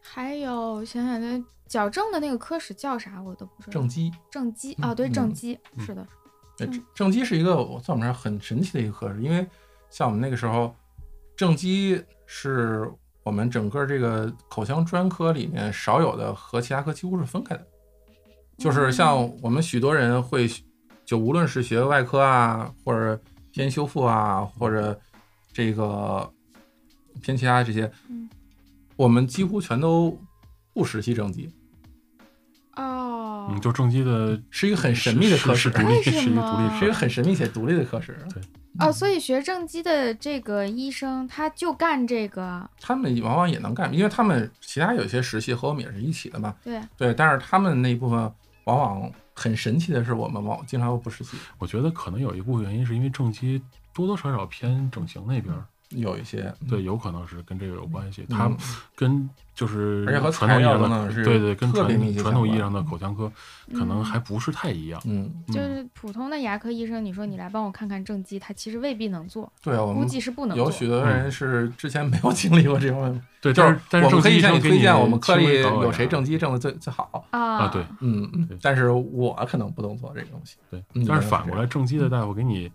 还有想想那矫正的那个科室叫啥，我都不知道。
正畸，
正畸
嗯
啊，对，
嗯
正畸
嗯
是的，
呃
嗯
正畸是一个我在我们这儿很神奇的一个科室，因为像我们那个时候，正畸是我们整个这个口腔专科里面少有的和其他科几乎是分开的。
哦
就是像我们许多人会，就无论是学外科啊，或者偏修复啊，或者这个偏其他这些
嗯，
我们几乎全都不实习正畸，
哦，
嗯，就正畸的
是一个很神秘的
是
科室，
是独立，
为
是
什
一个独立
么
是一
科
个。很神秘且独立的科室。
嗯
哦，所以学正畸的这个医生，他就干这个，
他们往往也能干，因为他们其他有些实习和我们也是一起的嘛。
对，
对，但是他们那一部分往往很神奇的是，我们往经常又不实习，
我觉得可能有一部分原因是因为正畸多多少少偏整形那边儿，
有一些
对，有可能是跟这个有关系。
嗯
它跟就是
而且和
传统意义上
材料等等
的，
是
对对，跟
特别密
传
切
传统意义
相
上的口腔科可能
嗯
还不是太一样。
嗯，
嗯
就是普通的牙科医生，你说你来帮我看看正畸，他其实未必能做，
对啊我
估
们
计是不能
有
做。
许多人是之前没有经历过这方面，
嗯 对，
就
但是但是
我们
正
可
畸
以
医
向
生
你
给
推荐我们科里
轻微导
有
管
谁
呀
正畸正的最最好，
啊
啊？对
嗯
啊对
嗯，但是我可能不能做这个东西，
对
嗯，
但是反过来正畸的大夫给你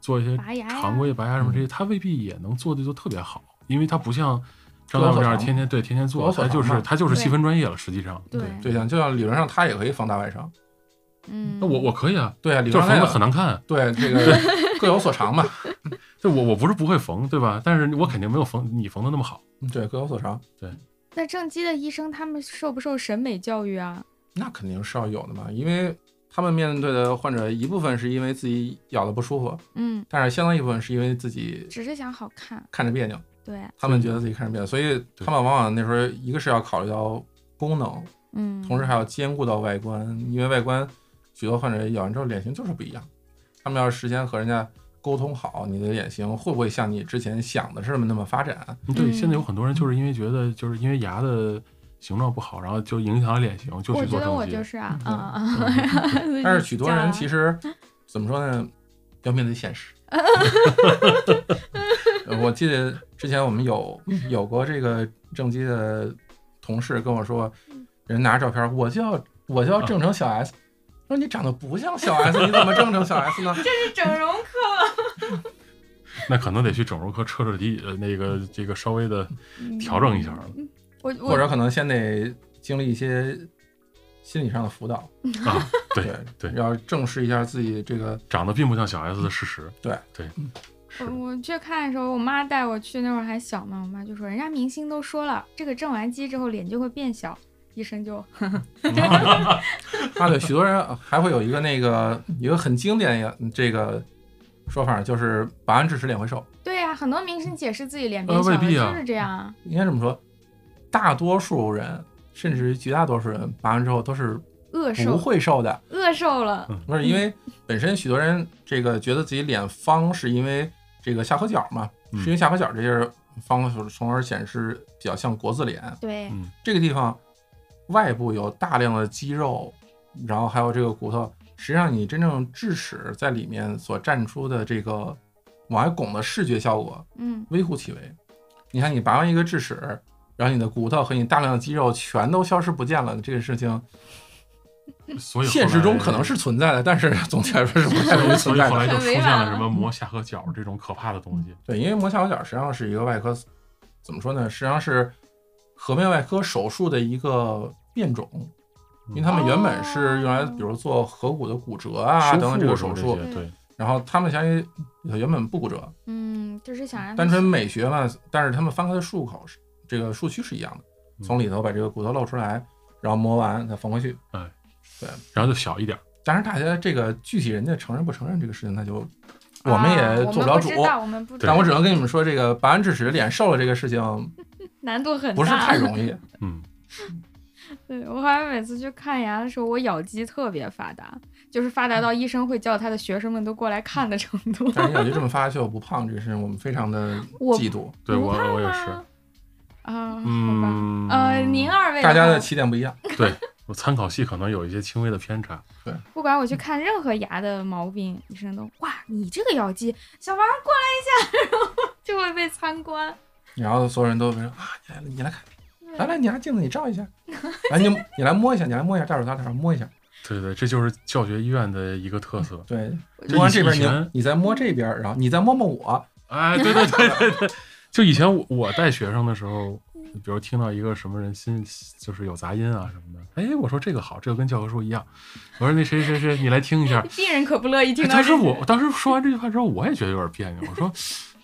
做一些
拔牙呀
常规拔牙什么这
哦嗯
些，他未必也能做的就特别好，因为他不像张大夫这样天天对天天
各
做，
有所
他就
长
是
嘛
他就是
对
细分专业了，实际上
对
对像就像理论上他也可以放大外伤，
嗯，
那我我可以啊，
对啊，理
就是
论上他
缝的
也
很难看，
对这个 各有所长嘛，
就我我不是不会缝，对吧？但是我肯定没有缝你缝的那么好。
嗯对各有所长，
对
那正畸的医生他们受不受审美教育啊？
那肯定是要有的嘛，因为他们面对的患者一部分是因为自己咬的不舒服，
嗯，
但是相当一部分是因为自己
只是想好看，
看着别扭，
对，啊
他们觉得自己看着别扭，所以他们往往那时候一个是要考虑到功能，
嗯，
同时还要兼顾到外观，因为外观许多患者咬完之后脸型就是不一样，他们要事先和人家沟通好，你的脸型会不会像你之前想的是那么发展？
对，
嗯
现在有很多人就是因为觉得就是因为牙的形状不好，然后就影响了脸型，就
我
去
觉
做
得我
正畸
就。是啊，
嗯
啊， 嗯
但是许多人其
实
实怎么说呢，要面对现实。 呃我记得之前我们有有过这个正畸的同事跟我说，人拿照片，我就要我就要正成小 S，说你长得不像小 S，你怎么正成小 S 呢？
整容
那可能得去整容科彻彻底底的那个这个稍微的调整一下了
嗯我
或
我
者可能先得经历一些心理上的辅导，
啊。对，
对，要正视一下自己这个
长得并不像小 S 的事实。
我我去看的时候，我妈带我去那会儿还小嘛，我妈就说人家明星都说了，这个正完畸之后脸就会变小，医生就
啊，对，许多人还会有一个那个一个很经典的这个说法，就是拔完智齿脸会瘦。
对呀、很多明星解释自己脸变
呃
小
未
了、
必啊
就是这样啊，
应该这么说，大多数人甚至于绝大多数人拔完之后都是
饿
不
瘦
会嗯瘦的，
饿瘦了，
不是因为本身许多人这个觉得自己脸方是因为这个下颌角嘛，
嗯
是因为下颌角这些方所从而显示比较像国字脸，
对，
嗯，
这个地方外部有大量的肌肉，然后还有这个骨头，实际上你真正智齿在里面所绽出的这个往外拱的视觉效果
嗯，
微乎其微。你看，你拔完一个智齿，然后你的骨头和你大量的肌肉全都消失不见了，这个事情
所以后来
现实中可能是存在的，但是总体来说是不太容易
所
存
以
在
后来
的。
就出现了什么磨下颌角这种可怕的东西。
对，因为磨下颌角实际上是一个外科，怎么说呢？实际上是颌面外科手术的一个变种。
嗯
因为他们原
哦
本是用来，比如做颌骨的骨折啊
修
等等这个手
复这
术，
些对，
然后他们相当于里头原本不骨折，
嗯，就是想让他
单纯美学嘛。但是他们翻开的束口是这个束区是一样的，
嗯
从里头把这个骨头露出来，然后磨完再缝回去。
然后就小一点。
但是大家这个具体人家承认不承认这个事情，那就
啊
我们也做不
我
了
们
主
知。道，我们不知
但
道，
我只能跟你们说，这个拔完智齿脸瘦了这个事情
难度很大，
不是太容易。
嗯，
对我好像每次去看牙的时候，我咬肌特别发达，就是发
嗯
达到医生会叫他的学生们都过来看的程度。
但是咬肌这么发就不胖，这个事情我们非常的
我
嫉妒。
对
不
我
怕
我也
吗
是。
啊，好吧。
嗯，
呃，您二位
大家
后
的起点不一样，
对我参考系可能有一些轻微的偏差。
不管我去看任何牙的毛病，医生都哇，你这个咬肌，小王过来一下，然后就会 被参观。
然后所有人都说啊，你来了，你来看，来来，你拿镜子你照一下，来你你来摸一下，你来摸一下，戴手套戴手套摸一下，
对对，这就是教学医院的一个特色。
对，
就
摸完嗯
以
这边
以
你
前
你再摸这边，然后你再摸摸我，
哎，对对对对对，就以前我我带学生的时候，比如听到一个什么人心就是有杂音啊什么的，哎，我说这个好，这个跟教科书一样。我说那谁谁谁，你来听一下。
病人可不乐意听
哎、
到
当
这
时
个
我我当时说完这句话之后，我也觉得有点别扭。我说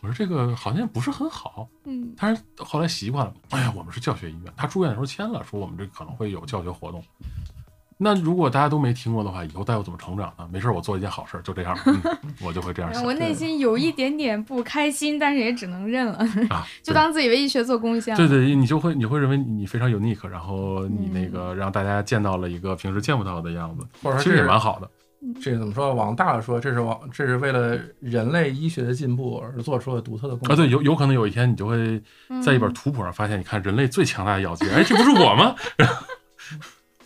我说这个好像不是很好，
嗯，
但是后来习惯了。哎呀，我们是教学医院，他住院的时候签了，说我们这可能会有教学活动。那如果大家都没听过的话，以后大家又怎么成长呢？没事儿，我做一件好事儿，就这样， 嗯、我就会这样
然
想
后我内心有
嗯
一点点不开心，但是也只能认了，
啊。
就
对
当自己为医学做贡献了。
对对，你就会你会认为你非常 unique，然后你
嗯
那个让大家见到了一个平时见不到的样子，
或者说
其实
这
也
是
蛮好的。
这个怎么说？往大了说，这是往这是为了人类医学的进步而做出的独特的贡
啊，
献。
对，有有可能有一天你就会
嗯
在一本图谱上发现，你看人类最强大的咬肌，哎，这不是我吗？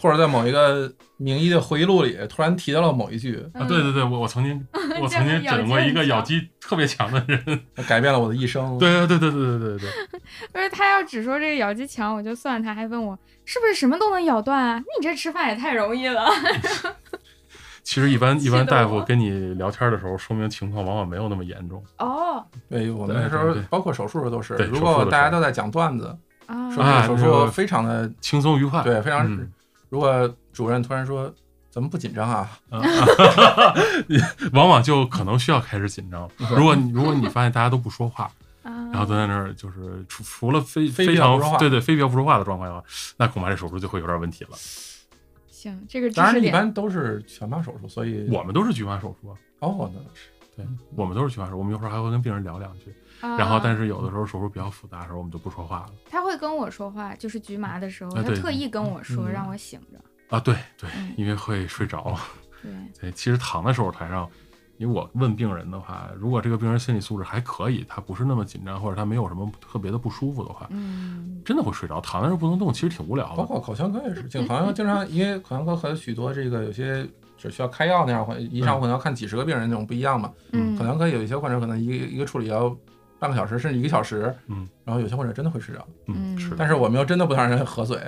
或者在某一个名医的回忆录里突然提到了某一句，
啊，对对对，我我曾经我曾经诊过一个咬肌特别强的人，
改变了我的一生。，
对对对对对对对对，
不是他要只说这个咬肌强，我就算他还问我是不是什么都能咬断啊？那你这吃饭也太容易了。
其实一般
气
一般
得
大
我
夫跟你聊天的时候，说明情况往往没有那么严重。
哦，
对我们那时
对
候
对对
包括手术都是，
对
如
手术的
果
时候
大家都在讲段子，
啊，
说
啊
这个手
那
术
就
非常的
轻松愉快，
对，非常
嗯
如果主任突然说咱们不紧张啊，嗯
往往就可能需要开始紧张。如果你如果你发现大家都不说话，
啊，
然后都在那儿就是除除了非
非
非
表
常
不说话
对对非标不说话的状况下，那恐怕这手术就会有点问题了。
行，这个知
当
识
然，一
点
般都是全麻手术，所以
我们都是局麻手术啊，
哦，那倒是
对我们都是局麻手术，我们一会儿还会跟病人聊两句。
啊
然后，但是有的时候手术比较复杂的时候，我们就不说话了
他会跟我说话，就是局麻的时候，
啊
他
对
特意跟我说、
嗯
让我醒着。
啊。对对
嗯，
因为会睡着。
对，
对，其实躺在手术台上，因为我问病人的话，如果这个病人心理素质还可以，他不是那么紧张，或者他没有什么特别的不舒服的话，
嗯，
真的会睡着。躺在那儿不能动，其实挺无聊
包
的。
括口腔科也是，经好像经常因为口腔科和许多这个有些只需要开药那样，或一上午可能要看几十个病人那种不一样嘛。
嗯
口腔科有一些患者可能一个一个处理要半个小时甚至一个小时，
嗯，
然后有些患者真的会睡着，
嗯，是的
但是我们又真的不想让人喝嘴，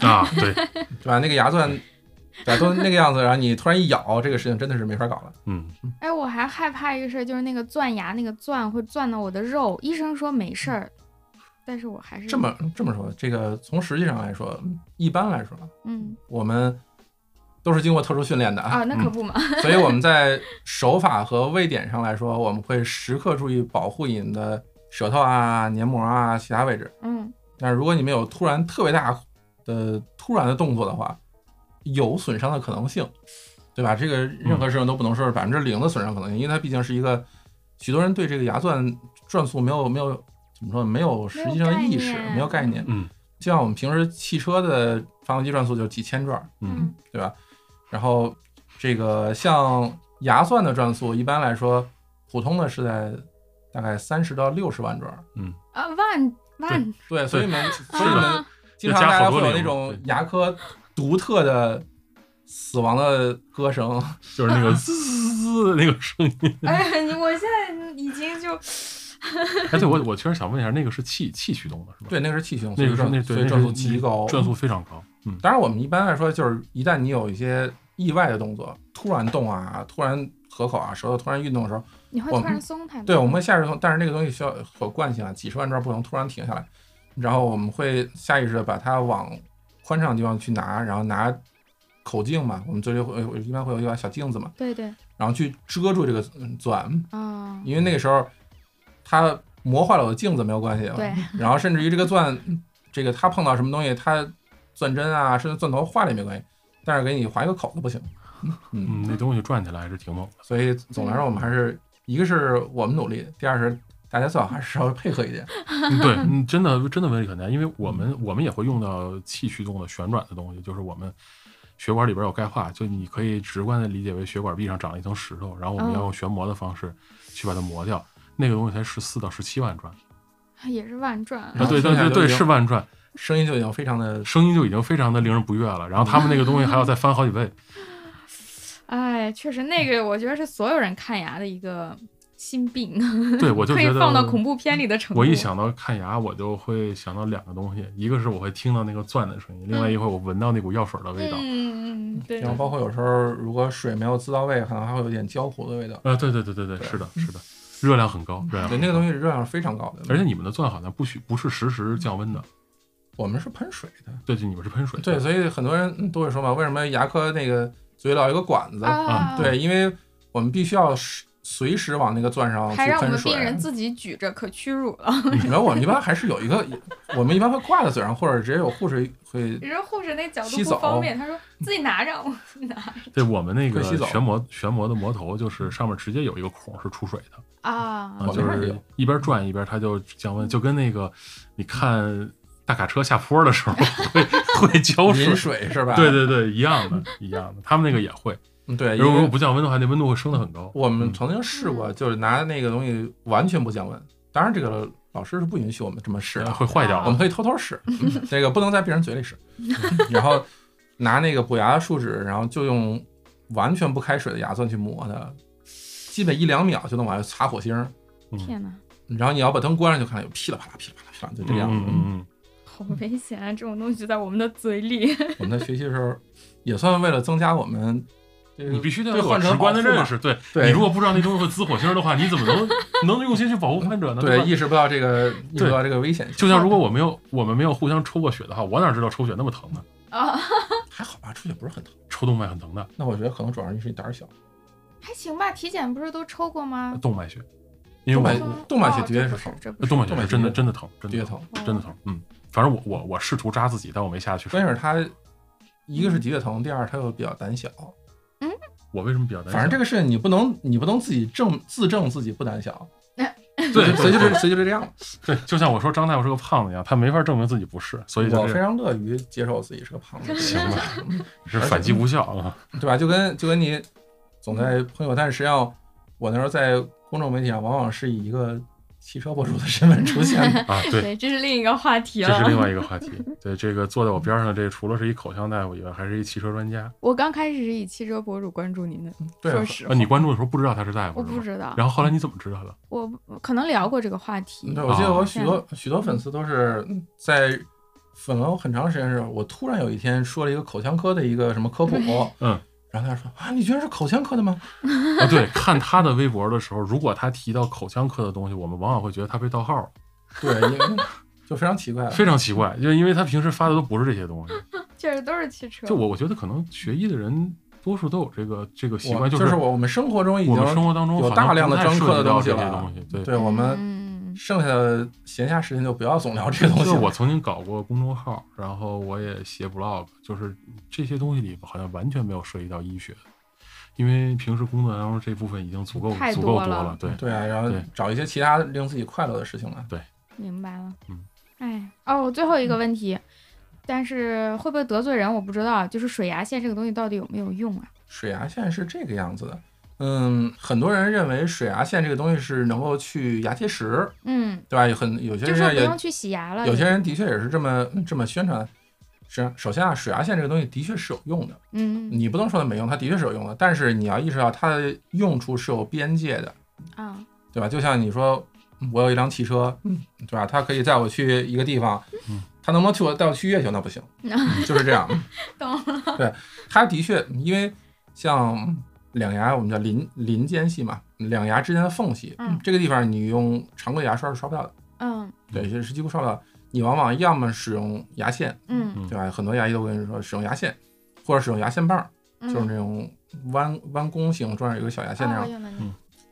啊，对，
对吧？那个牙钻， 对吧，啊都那个样子，然后你突然一咬，这个事情真的是没法搞了。
嗯，
哎，我还害怕一个事儿，就是那个钻牙，那个钻会钻到我的肉。医生说没事儿，但是我还是
这么这么说，这个从实际上来说，一般来说，
嗯
我们都是经过特殊训练的啊，
啊，那可不嘛，
所以我们在手法和位点上来说，我们会时刻注意保护你的舌头啊、黏膜啊、其他位置。
嗯
但是如果你们有突然特别大的突然的动作的话，有损伤的可能性，对吧？这个任何事情都不能说是百分之零的损伤可能性，因为它毕竟是一个许多人对这个牙钻转速没有 没有怎么说没有实际上的意识，没
没
有
有
概
概
念
念。
嗯，
就像我们平时汽车的发动机转速就几千转，
嗯，
对吧？然后这个嗯像牙钻的转速，一般来说，普通的是在大概三十到六十万转。
啊，万万
对，所以们所以
是的
们经常
就加
大家
好
会
多
有那
零
种
对
牙科独特的死亡的歌声，
就是那个滋滋滋的那个声音。
哎，你我现在已经就
哎，对我我确实想问一下，那个是气气驱动的是吧？
对，那个是气胸，所
那
以
个是
转
那
所
对
以
那
转
是
速极高。
转速非常高。嗯
当然，我们一般来说就是一旦你有一些意外的动作，突然动啊，突然合口啊，舌头突然运动的时候，
你会
我
突然松开吗？
哦嗯对，我们会下意识从，但是那个东西需要有惯性啊，几十万转不能突然停下来，然后我们会下意识的把它往宽敞的地方去拿，然后拿口径嘛，我们嘴里会有一般会有一把小镜子嘛，
对对
然后去遮住这个嗯钻，
啊，
因为那个时候它磨坏了我的镜子没有关系，
对，
然后甚至于这个钻，这个它碰到什么东西，它钻针啊，甚至钻头坏了也没关系，但是给你划一个口子不行，嗯，
嗯，那东西转起来还是挺猛的。
所以总来说我们还是一个是我们努力，第二是大家最好还是稍微配合一点。
嗯 对，嗯，真的真的威力很大，因为我们我们也会用到气驱动的旋转的东西，就是我们血管里边有钙化，就你可以直观的理解为血管壁上长了一层石头，然后我
嗯
们要用旋磨的方式去把它磨掉，那个东西才十四到十七万转
也是万转
然
啊，
后
啊，
对
剩
对
下
对
就已
对，
经
是万转，
声音就已经非常的
声音就已经非常的令人不悦了，然后他们那个东西还要再翻好几 倍，
哎，确实那个我觉得是所有人看牙的一个心病，
对我就
可
觉
以
得
放到恐怖片里的程度。
我一想到看牙，我就会想到两个东西，一个是我会听到那个钻的声音，另
嗯
外一会儿我闻到那股药水的味道。
嗯嗯嗯，对
然后包括有时候如果水没有滋到位，可能还会有点焦糊的味道。
啊，对对对对对，是的，是的，热量很高，热量
对，
很
那个
高
东西热量是非常高的，
而且你们的钻好像不许不是实时降温的，
我们是喷水的。
对对，你们是喷水的。
对，所以很多人嗯都会说嘛，为什么牙科那个嘴老有个管子？
啊，
对，因为我们必须要是随时往那个钻上去
还让我
喷
们
水
病。人自己举着，可屈辱了。
然后我们一般还是有一个，我们一般会挂在嘴上，或者直接有护士会
你说护士那角度
洗
不
澡
方便，他说自己拿着， 我拿
对我们那个
会吸走
旋磨旋磨的磨头，就是上面直接有一个孔是出水的，
啊
啊，
我
就
们那儿也
是
有
一边转一边它就降温，就跟那个你看大卡车下坡的时候 会会浇水
淋，水是吧？
对对对，一样的，一样的，他们那个也会。
嗯对，
如
因
果
为
不降温的话，那温度会升得很高。
我们曾经试过，就是拿那个东西完全不降温，当然这个老师是啊不允许我们这么试的
呃会。坏掉
我
的
们。可以偷偷使，嗯这个不能在病人嘴里使。然后拿那个补牙的树脂，然后就用完全不开水的牙钻去磨它，基本一两秒就能往下擦火星儿。
天哪，
然后你要把灯关上，就看有噼里啪啦、噼里啪啦、噼里啪啦，就这
嗯
个样子
嗯。嗯
好危险啊！这种东西就在我们的嘴里。
嗯我们在学习的时候，也算为了增加我们这个
嗯，你必须得
对
有
患者
直观
保护
的
嘛
认识。对
对
你如果不知道那东西会滋火星的话，你怎 么能能用心去保护患者呢？吧
对意识不到这个意识不到这个危险性，
就像如果我没有我们没有互相抽过血的话，我哪知道抽血那么疼呢？
啊
还好吧，出血不是很疼。
抽动脉很疼的，
那我觉得可能主要是因为你胆儿小。
还行吧，体检不是都抽过吗？哦
动脉血因
动
为
脉
我
动脉血的确
是
是疼，
这不
那
是
动脉
动
血
脉血
是真的
液
真的疼，真
的
的
确
疼，
疼。
真的疼。嗯，反正我我我试图扎自己，但我没下去。
关键是它一个是的确疼，第二它又比较胆小。
我为什么比较担心？
反正这个事你不能你不能自己证自证自己不胆小，
个对，
所以
对
就是所以就是这样。
对，就像我说张大夫是个胖子一样，他没法证明自己不是，所以就
我非
是
常乐于接受自己是个胖子，
行吧
嗯
是反击无效啊。。
对吧？就跟就跟你总在朋友，但是实际上我那时候在公众媒体上往往是以一个汽车博主的身份出现的
啊，对，
对，这是另一个话题
这是
了。
另外一个话题。对，这个坐在我边上的这除了是一口腔大夫以外，还是一汽车专家。
我刚开始是以汽车博主关注您的，
对
说
啊，
实
啊，
话，
你关注的时候不知道他是大夫，
我不
道。
知道，
然后后来你怎么知 道的？
我我可能聊过这个话题
嗯对，，我记得
啊
我许多许多粉丝都是在粉了我很长时间的时候，我突然有一天说了一个口腔科的一个什么科普，
嗯，
然后他说啊，你居然是口腔科的吗？
啊，对，看他的微博的时候，如果他提到口腔科的东西，我们往往会觉得他被盗号了，
对，因为就非常奇怪。
非常奇怪，
嗯
就是因为他平时发的都不是这些东西。
确实都是汽车
就，我，我觉得可能学医的人多数都有这个这个习
我
惯，
就
就是
我们生活中已
我
经
们生活当中
有
好像
大量
不
的
太
专
涉
科的
及到
东西
这些
了
东西，对。
对我们
嗯，
剩下的闲暇时间就不要总聊这些东
就
西
是
了。
我曾经搞过公众号，然后我也写 blog，就是这些东西里好像完全没有涉及到医学，因为平时工作当中这部分已经足够
太
足
多
够多
了
了，对，
对啊，然后
对
找一些其他令自己快乐的事情来。
明白了，
嗯，
哎，
哦，最后一个问题，但是会不会得罪人我不知道，就是水牙线这个东西到底有没有用啊？
水牙线是这个样子的，嗯，很多人认为水牙线这个东西是能够去牙结石，
嗯，
对吧？有很有些
就是说
人
不
也
用去洗牙了。
有些人的确也是这么这么宣传。是，首先啊，水牙线这个东西的确是有用的，
嗯
你不能说它没用，它的确是有用的。但是你要意识到它的用处是有边界的，
啊，
对吧？就像你说，嗯我有一辆汽车，
嗯
对吧？它可以载我去一个地方，
嗯
它能不能去我带我去月球？那不 行，就是这样。
嗯懂
了。对，它的确，因为像两牙，我们叫邻邻间隙嘛，两牙之间的缝隙，
嗯
这个地方你用常规牙刷是刷不到的，
嗯
对，就是几乎刷不到的。你往往要么使用牙线，
嗯
对吧？很多牙医都跟你说使用牙线，或者使用牙线棒儿，
嗯，
就是那种弯弯弓形，中间有一个小牙线那样。
哦我用的那个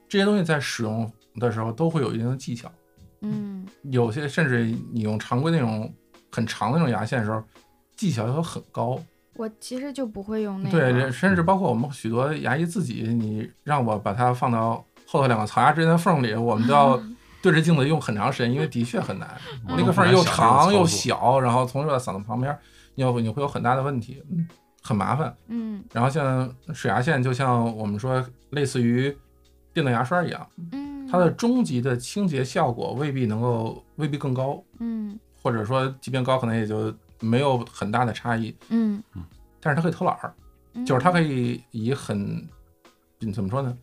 这些东西在使用的时候都会有一定的技巧。
嗯
有些甚至你用常规那种很长的那种牙线的时候，技巧要很高。
我其实就不会用那啊个。
对，甚至包括我们许多牙医自己，你让我把它放到后头两个槽牙之间的缝里，我们都 要对着镜子用很长时间，因为的确很难。
嗯
我
那
都
个
不
缝
敢
又
想这个
长又
操作，
小，然后从这到嗓子旁边，你要你会有很大的问题，嗯，很麻烦。
嗯
然后像水牙线，就像我们说类似于电动牙刷一样，
嗯，
它的终极的清洁效果未必能够，未必更高。
嗯
或者说即便高，可能也就没有很大的差异。
嗯，
但是它可以偷懒儿，
嗯
就是它可以以很嗯怎么说呢，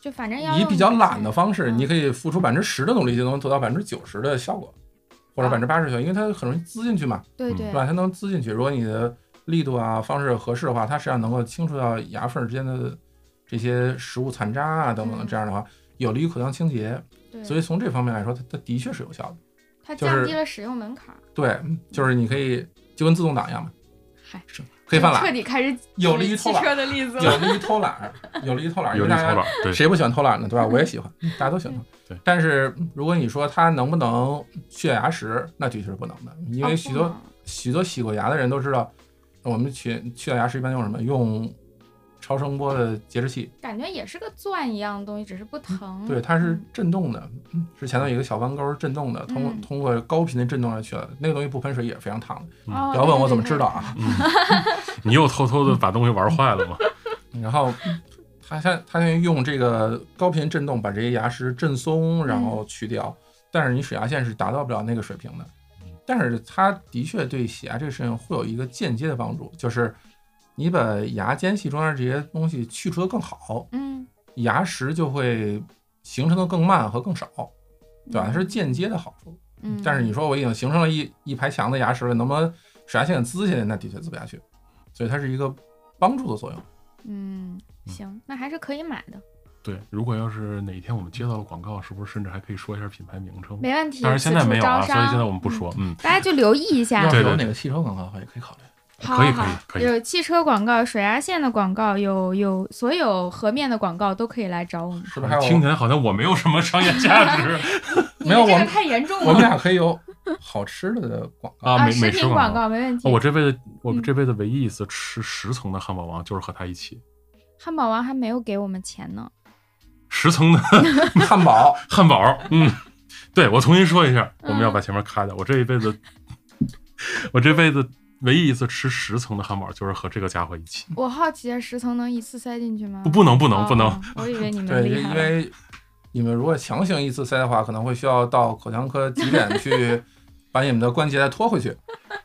就反正要
以
用
比较
牙
懒
线
的方式，
嗯
你可以付出百分之十的努力就能得到百分之九十的效果，或者百分之八十效果，因为它很容易滋进去嘛，
对
嗯
对
对吧？它能滋进去，如果你的力度啊方式合适的话，它实际上能够清除掉牙缝之间的这些食物残渣啊等等，
嗯
这样的话有利于口腔清洁。
对，
所以从这方面来说，它它的确是有效的。
它
就
降
是
低了使用门槛儿，
对，就是你可以就跟自动挡一样嘛，
嗨
是可以犯
彻
懒，
底开始
有
举
利于
汽
偷
车
懒，
的例子了。
有利于偷懒，有利于偷懒，
有
因
利
为
偷
大家
懒儿，对，
谁不喜欢偷懒呢？对吧？我也喜欢，嗯大家都喜欢偷懒。
对
但是如果你说它能不能血牙石，那的确是不能的，因为
哦
许多、
不能
许多洗过牙的人都知道，我们去去掉牙石一般用什么？用超声波的节制器，
感觉也是个钻一样的东西，只是不疼。
对，它是
嗯
震动的，是前头有一个小弯钩是震动的，通过
嗯
通过高频的震动来去的，那个东西不喷水也是非常烫的。
哦
嗯不要问我怎么
对对
知道啊，
你又偷偷的把东西玩坏了吗？
然后他先他先用这个高频震动把这些牙石震松，然后去掉。但是你水牙线是达到不了那个水平的，但是它的确对洗牙这个事情会有一个间接的帮助，就是你把牙间隙中间这些东西去除的更好，
嗯，
牙石就会形成的更慢和更少，对吧？它是间接的好处。
嗯，
但是你说我已经形成了一一排墙的牙石了，能不能水牙线滋下去？那的确滋不下去，所以它是一个帮助的作用。
嗯，行，那还是可以买的，
对，如果要是哪一天我们接到了广告，是不是甚至还可以说一下品牌名称？
没问题。
当然现在
此处
没有啊，
招
所以
商
现在我们不。说，嗯，
大家就留意一下
要，
对
是有哪个汽车广告的话，也可以考虑。
好
嗯可以可
好
以可以，
有汽车广告、水压线的广告，有有所有河面的广告都可以来找我们。
是不是还有
听起来好像我没有什么商业价值
没有
你这
我
个
们
太严重了。
我们俩可以有好吃的的广告。
啊？
啊，
美
食
美食
品广
告。
告没问题。
哦我这辈子，我
嗯
这辈子唯一一次吃十层的汉堡王，就是和他一起
汉堡王还没有给我们钱呢。
十层的
汉 堡，
汉堡。嗯，对我重新说一下，我们
嗯
要把前面咔掉。我这一辈子，我这辈子唯一一次吃十层的汉堡，就是和这个家伙一
嗯
起。
我好奇啊，十层能一次塞进去吗？
不，不能，不能，
哦
不能。
哦我以为你们
对，
厉
因
害了。
为你们如果强行一次塞的话，可能会需要到口腔科急诊去把你们的关节再拖回去。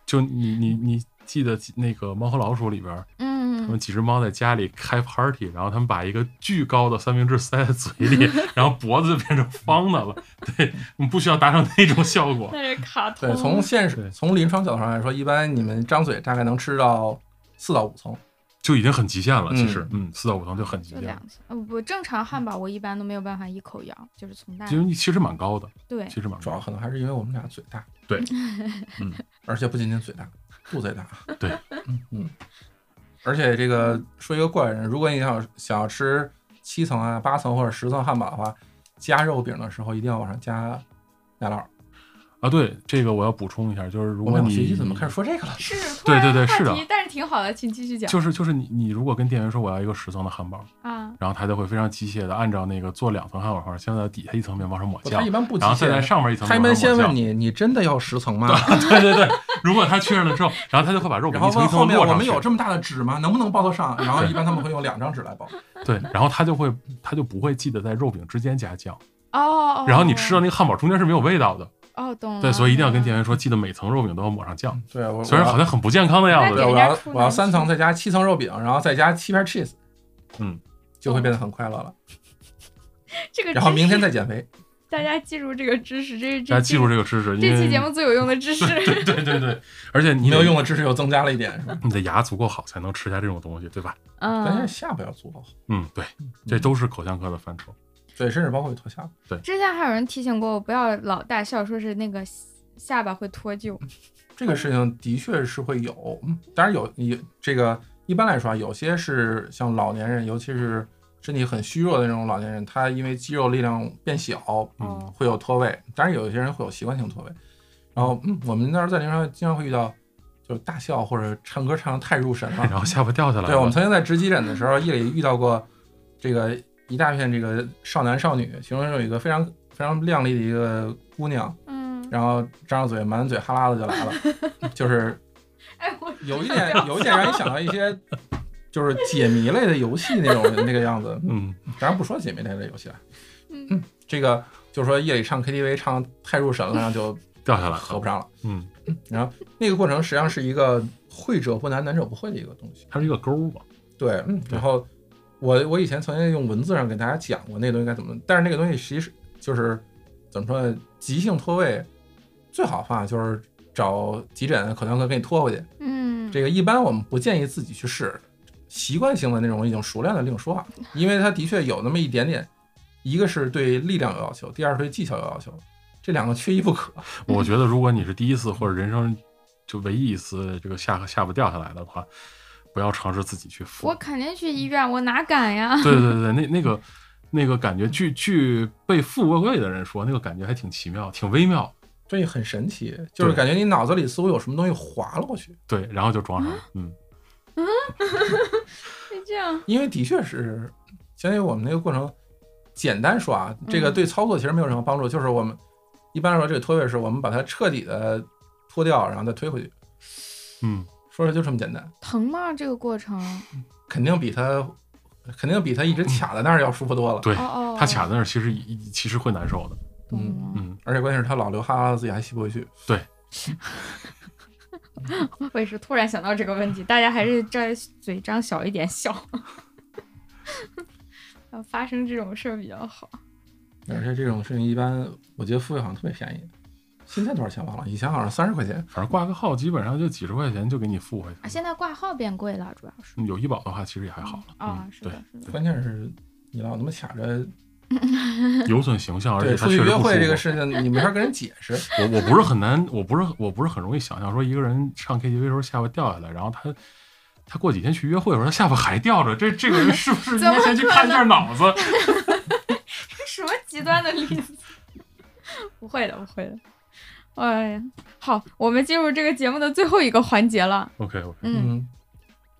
就你你你记得那个《猫和老鼠》里边儿，他
嗯，
们几只猫在家里开 party，然后他们把一个巨高的三明治塞在嘴 里，然后脖子就变成方的了。 对，你不需要达成那种效果。
那是卡通
对，从现
对
实、从临床角度上来说，一般你们张嘴大概能吃到四到五层。
就已经很极限了。
嗯
其实，嗯，四到五层就很极
就
限
两
了，
次。呃，不，正常汉堡我一般都没有办法一口咬，就是从大
因为其实蛮高的，
对
其实蛮
主要
高
可能还是因为我们俩嘴大，
对，嗯
嗯，而且不仅仅嘴大，肚子也大，
对
嗯，嗯，而且这个说一个怪人，如果你想想要吃七层啊、八层或者十层汉堡的话，加肉饼的时候一定要往上加奶酪。
啊。对，这个我要补充一下，就是如
我
果
们俩
你
学习怎么开始说这个了？
是突
对对
然
对是
话
的
题，但是挺好的，请继续讲
就是就是你你如果跟店员说我要一个十层的汉堡，
啊。
然后他就会非常机械的按照那个做两层汉堡的话，先在底下一层面往上抹
他一
酱，
般不急
然后再在
切，
上面一层
他一
面往
般
上
先
抹
问
酱。
你，你真的要十层吗？
对对对，如果他确认了之后，然后他就会把肉饼
然后
一层一
问
层
后
地
面
摞
我
上
们
去
有。这么大的纸吗？能不能包得上？然后一般他们会用两张纸来 包。
对，然后他就会他就不会记得在肉饼之间加酱，
哦哦，
然后你吃到那个汉堡中间是没有味道的。
哦，懂了。
对，所以一定要跟
懂
店
了
员说，记得每层肉饼都要抹上酱。
对，我
虽然好像很不健康的样子
对，
那，
我
人家
要
出
我要
难
三
题
层，再加七层肉饼，然后再加七片 cheese，
嗯，
就会变得很快乐了。
这个知识，
然后明天再减肥，
大家记住这个知识，这是
大家
这
记住这个知识，因
这
为
期节目最有用的知识。
对对对对，而且你
你
得
要用的知识又增加了一点，是吧？
你的牙足够好才能吃下这种东西，对吧？
但是
嗯，
下巴要做好，
嗯，对，这都是口腔科的范畴。
对，甚至包括脱下巴。
之前还有人提醒过我，不要老大笑，说是那个下巴会脱臼。
这个事情的确是会有，嗯当然有你这个一般来说啊，有些是像老年人，尤其是身体很虚弱的那种老年人，他因为肌肉力量变小，
哦
嗯，
会有脱位。当然有一些人会有习惯性脱位。然后，嗯，我们那儿在临床上经常会遇到，就是大笑或者唱歌唱得太入神 了，
然后下巴掉下来
对，我们
了，
曾经在值急诊的时候，夜里遇到过这个一大片这个少男少女，其中有一个非常非常靓丽的一个姑娘，
嗯，
然后张着嘴满嘴哈喇子就来了，就是
哎，我
有一点有一点让你想到一些就是解谜类的游戏那种那个样子。
嗯，
当然不说解谜类的游戏了，
嗯
嗯，这个就是说夜里唱 KTV 唱太入神了，然后就
掉下来
合
了，
不上了。
嗯，
然后那个过程实际上是一个会者不难，难者不会的一个东西。
它是一个钩嘛，
对，嗯
对
然后我我以前曾经用文字上给大家讲过那个东西该怎么，但是那个东西其实就是怎么说呢？急性脱位最好的方法就是找急诊口腔科给你拖回去。
嗯，
这个一般我们不建议自己去试，习惯性的那种已经熟练的另说啊，因为它的确有那么一点点，一个是对力量有要求，第二是对技巧有要求，这两个缺一不可。
我觉得如果你是第一次或者人生就唯一一次这个下下巴掉下来的话，不要尝试自己去扶
我。肯定去
嗯
医院，我哪敢呀？
对对对，那那个那个感觉，据据被富过贵的人说，那个感觉还挺奇妙，挺微妙。
这很神奇，就是
对
感觉你脑子里似乎有什么东西滑了过去，
对，然后就装上
啊
了，嗯，
就这样，
因为的确是，相当于我们那个过程，简单说啊，这个
嗯
对操作其实没有什么帮助，就是我们一般来说这个脱位是我们把它彻底的脱掉，然后再推回去，
嗯，
说的就这么简单，
疼吗？这个过程？
哎
肯定比它肯定比它一直卡在那儿要舒服多了，
对，
哦哦，
他卡在那儿其实也其实会难受的，
懂了。
嗯，
而且关键是它老流哈喇，自己还吸不回去，
嗯
我也是突然想到这个问题，大家还是这嘴张小 一点笑，要发生这种事儿比较好。
而且这种事情一般我觉得付费好像特别便宜，现在多少钱忘了，以前好像三十块钱，
反正挂个号基本上就几十块钱就给你付回
啊，
去
现
了。
在挂号变贵了，主要是。
嗯嗯有医保的话，其实也还好了。
啊、
嗯
是
对
的，，是的。
关键是你老那么卡着
有损形象，而且
对，
他
出
确
去
实
约
不
会
舒
这个
服
事情你没法跟人解释，
我我不是很难，我不是我不是很容易想象说一个人上 KTV 的时候下巴掉下来，然后他他过几天去约会的时候他下巴还掉着，这这个人是不是应该先去看一下脑子？
什么极端的例子？
不会的，不会的。哎呀，好，我们进入这个节目的最后一个环节了。
OK OK，
嗯，
嗯，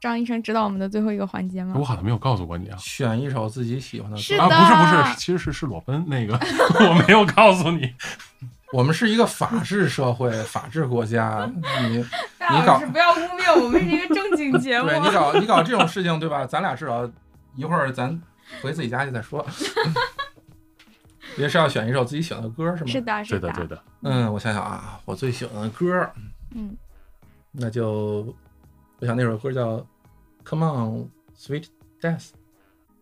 张医生知道我们的最后一个环节吗
我？好像没有告诉过你啊。
选一首自己喜欢的歌。
是
啊，
的
不是不是，其实是是裸奔那个， 我没有告诉你。
我们是一个法治社 会、法治国家，你
大
你搞
老师不要污蔑我们是一个正经节目
对。你搞你搞这种事情，对吧？咱俩至少一会儿咱回自己家去再 说。也是要选一首自己喜欢的歌，是吗？
是的，
对
是
的对的，
嗯，我想想啊，我最喜欢的歌，
嗯，
那就我想那首歌叫《Come On Sweet Death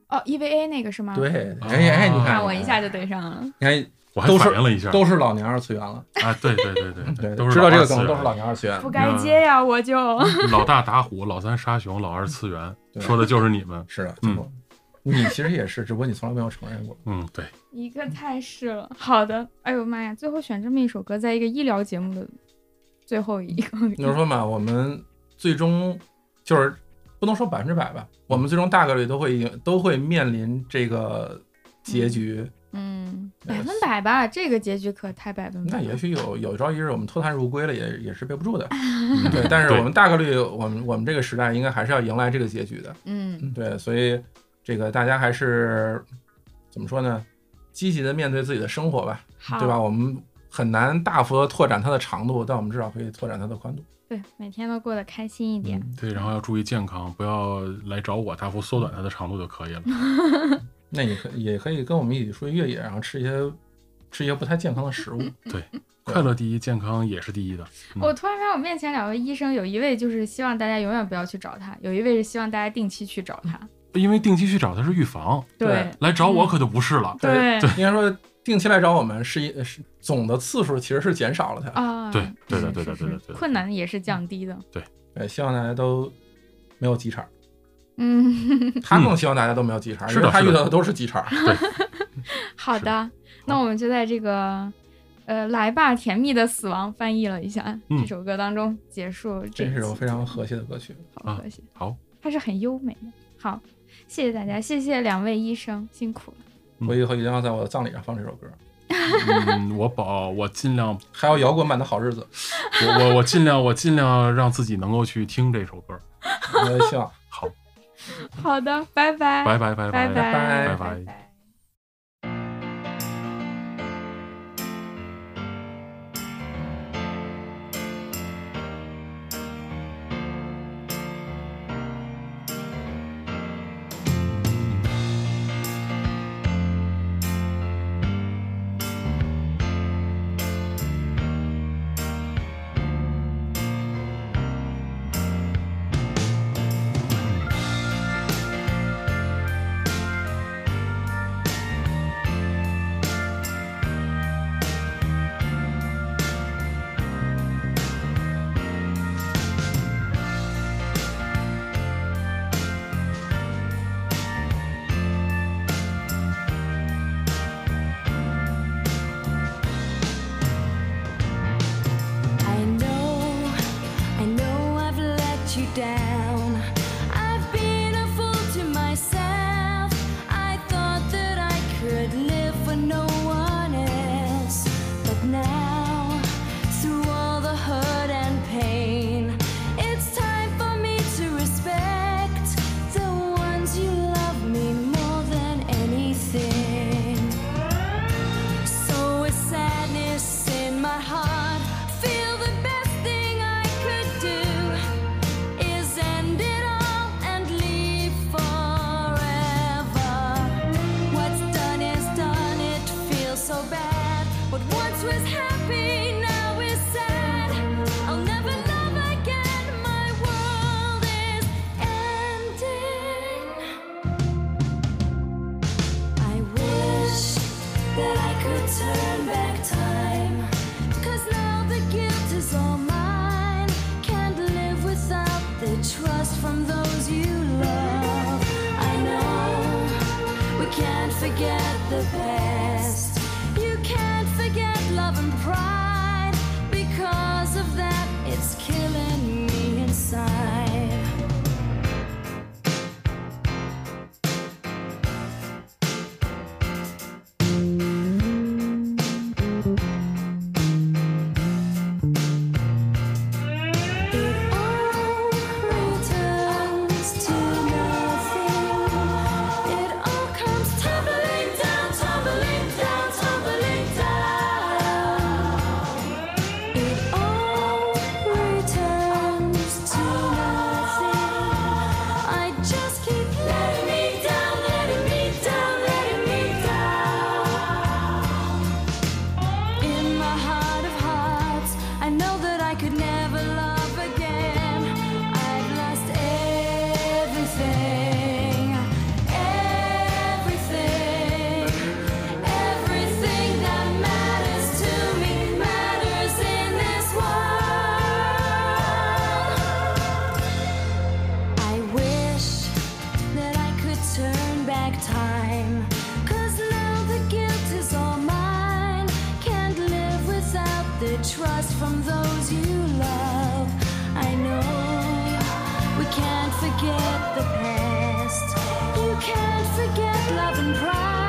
哦，EVA 那个是吗？》。，
对，哎哎，你
啊
看，
那我一下就对上了。
你看，
我还
都是
反应了一下。
都是老年二次元了，
啊，对对对对
对，
都是
知道这个
梗
梗，都是老年二次元。
不该接呀，我就。
嗯
老大打虎，老三杀熊，老二次元，
对
说的就是你们。
是的，
嗯
就你其实也是，只不过你从来没有承认过。
嗯， 对，
一个太是了。好的，哎呦妈呀，最后选这么一首歌，在一个医疗节目的最后一个，
就是说嘛，我们最终就是不能说百分之百吧，我们最终大概率都会赢都会面临这个结局。
嗯，
呃
百分百吧，这个结局可太百分百
那
了。
也许有有朝一日我们脱胎入归了，也也是憋不住的。
嗯
对，但是我们大概率，我们我们这个时代应该还是要迎来这个结局的。
嗯，
对，所以这个大家还是怎么说呢？积极的面对自己的生活吧，
好，
对吧？？我们很难大幅的拓展它的长度，但我们至少可以拓展它的宽度。
对，每天都过得开心一点。
嗯
对，然后要注意健康，不要来找我，大幅缩短它的长度就可以了。
那你可也可以跟我们一起出去越野，然后吃一些吃一些不太健康的食物。
嗯
快乐第一，健康也是第一的。嗯
我突然发现，我面前两位医生，有一位就是希望大家永远不要去找他，有一位是希望大家定期去找他。
因为定期去找它是预防，
对
来找
嗯
我可就不是了。
对
应该说定期来找我们是一是总的次数其实是减少了的。
啊，
对对的
是
对的
是是
对的对的
困难也是降低的。
对，希望大家都没有急茬儿。
嗯，
他更希望大家都没有急茬儿，
是
因
的
为他
是
遇
的
到的都是急茬
啊
儿。
好
是
的，那我们就在这个。呃，来吧，甜蜜的死亡翻译了一下、
嗯
这首歌当中结束
这
这一
是首
期
非常和谐的歌曲。
好和谐、
啊好，
它是很优美的。好，谢谢大家，谢谢两位医生，辛苦了。
嗯
我以后一定要在我的葬礼上放这首歌，
嗯，我保，我尽量，
还有摇滚版的好日子，
我我我尽量，我尽量让自己能够去听这首歌。
我也希望。
好，
好的，拜拜，
拜拜拜拜
拜
拜
拜
拜
拜。
拜。
I know, I know I've let you down. I've been a fool to myself. I thought that I could live for no one else. But now, through all the hurt and pain, it's time for me to respect the ones you love me more than anything. So with sadness in my heart, feel the best thing I could do is end it all and leave forever. What's done is done, it feels so bad. What once was happy now is sad. I'll never love again, my world is ending. I wish that I could turn back time. Cause now the guilt is all mine. Can't live without the trust from those you love. I know we can't forget the past. You can't forget love and pride. Because of that, it's killing me inside. all returns to nothing. It all comes tumbling down, tumbling down, tumbling down. It all returns to nothing. I just keep letting me down, letting me down, letting me down. In my heart of hearts, I know that I could never love again. I've lost everything, everything, everything that matters to me matters in this world. I wish that I could turn back time. Cause now the guilt is all mine. Can't live without the trust from those you love. I know we can't forget the past. You can't forget love and pride.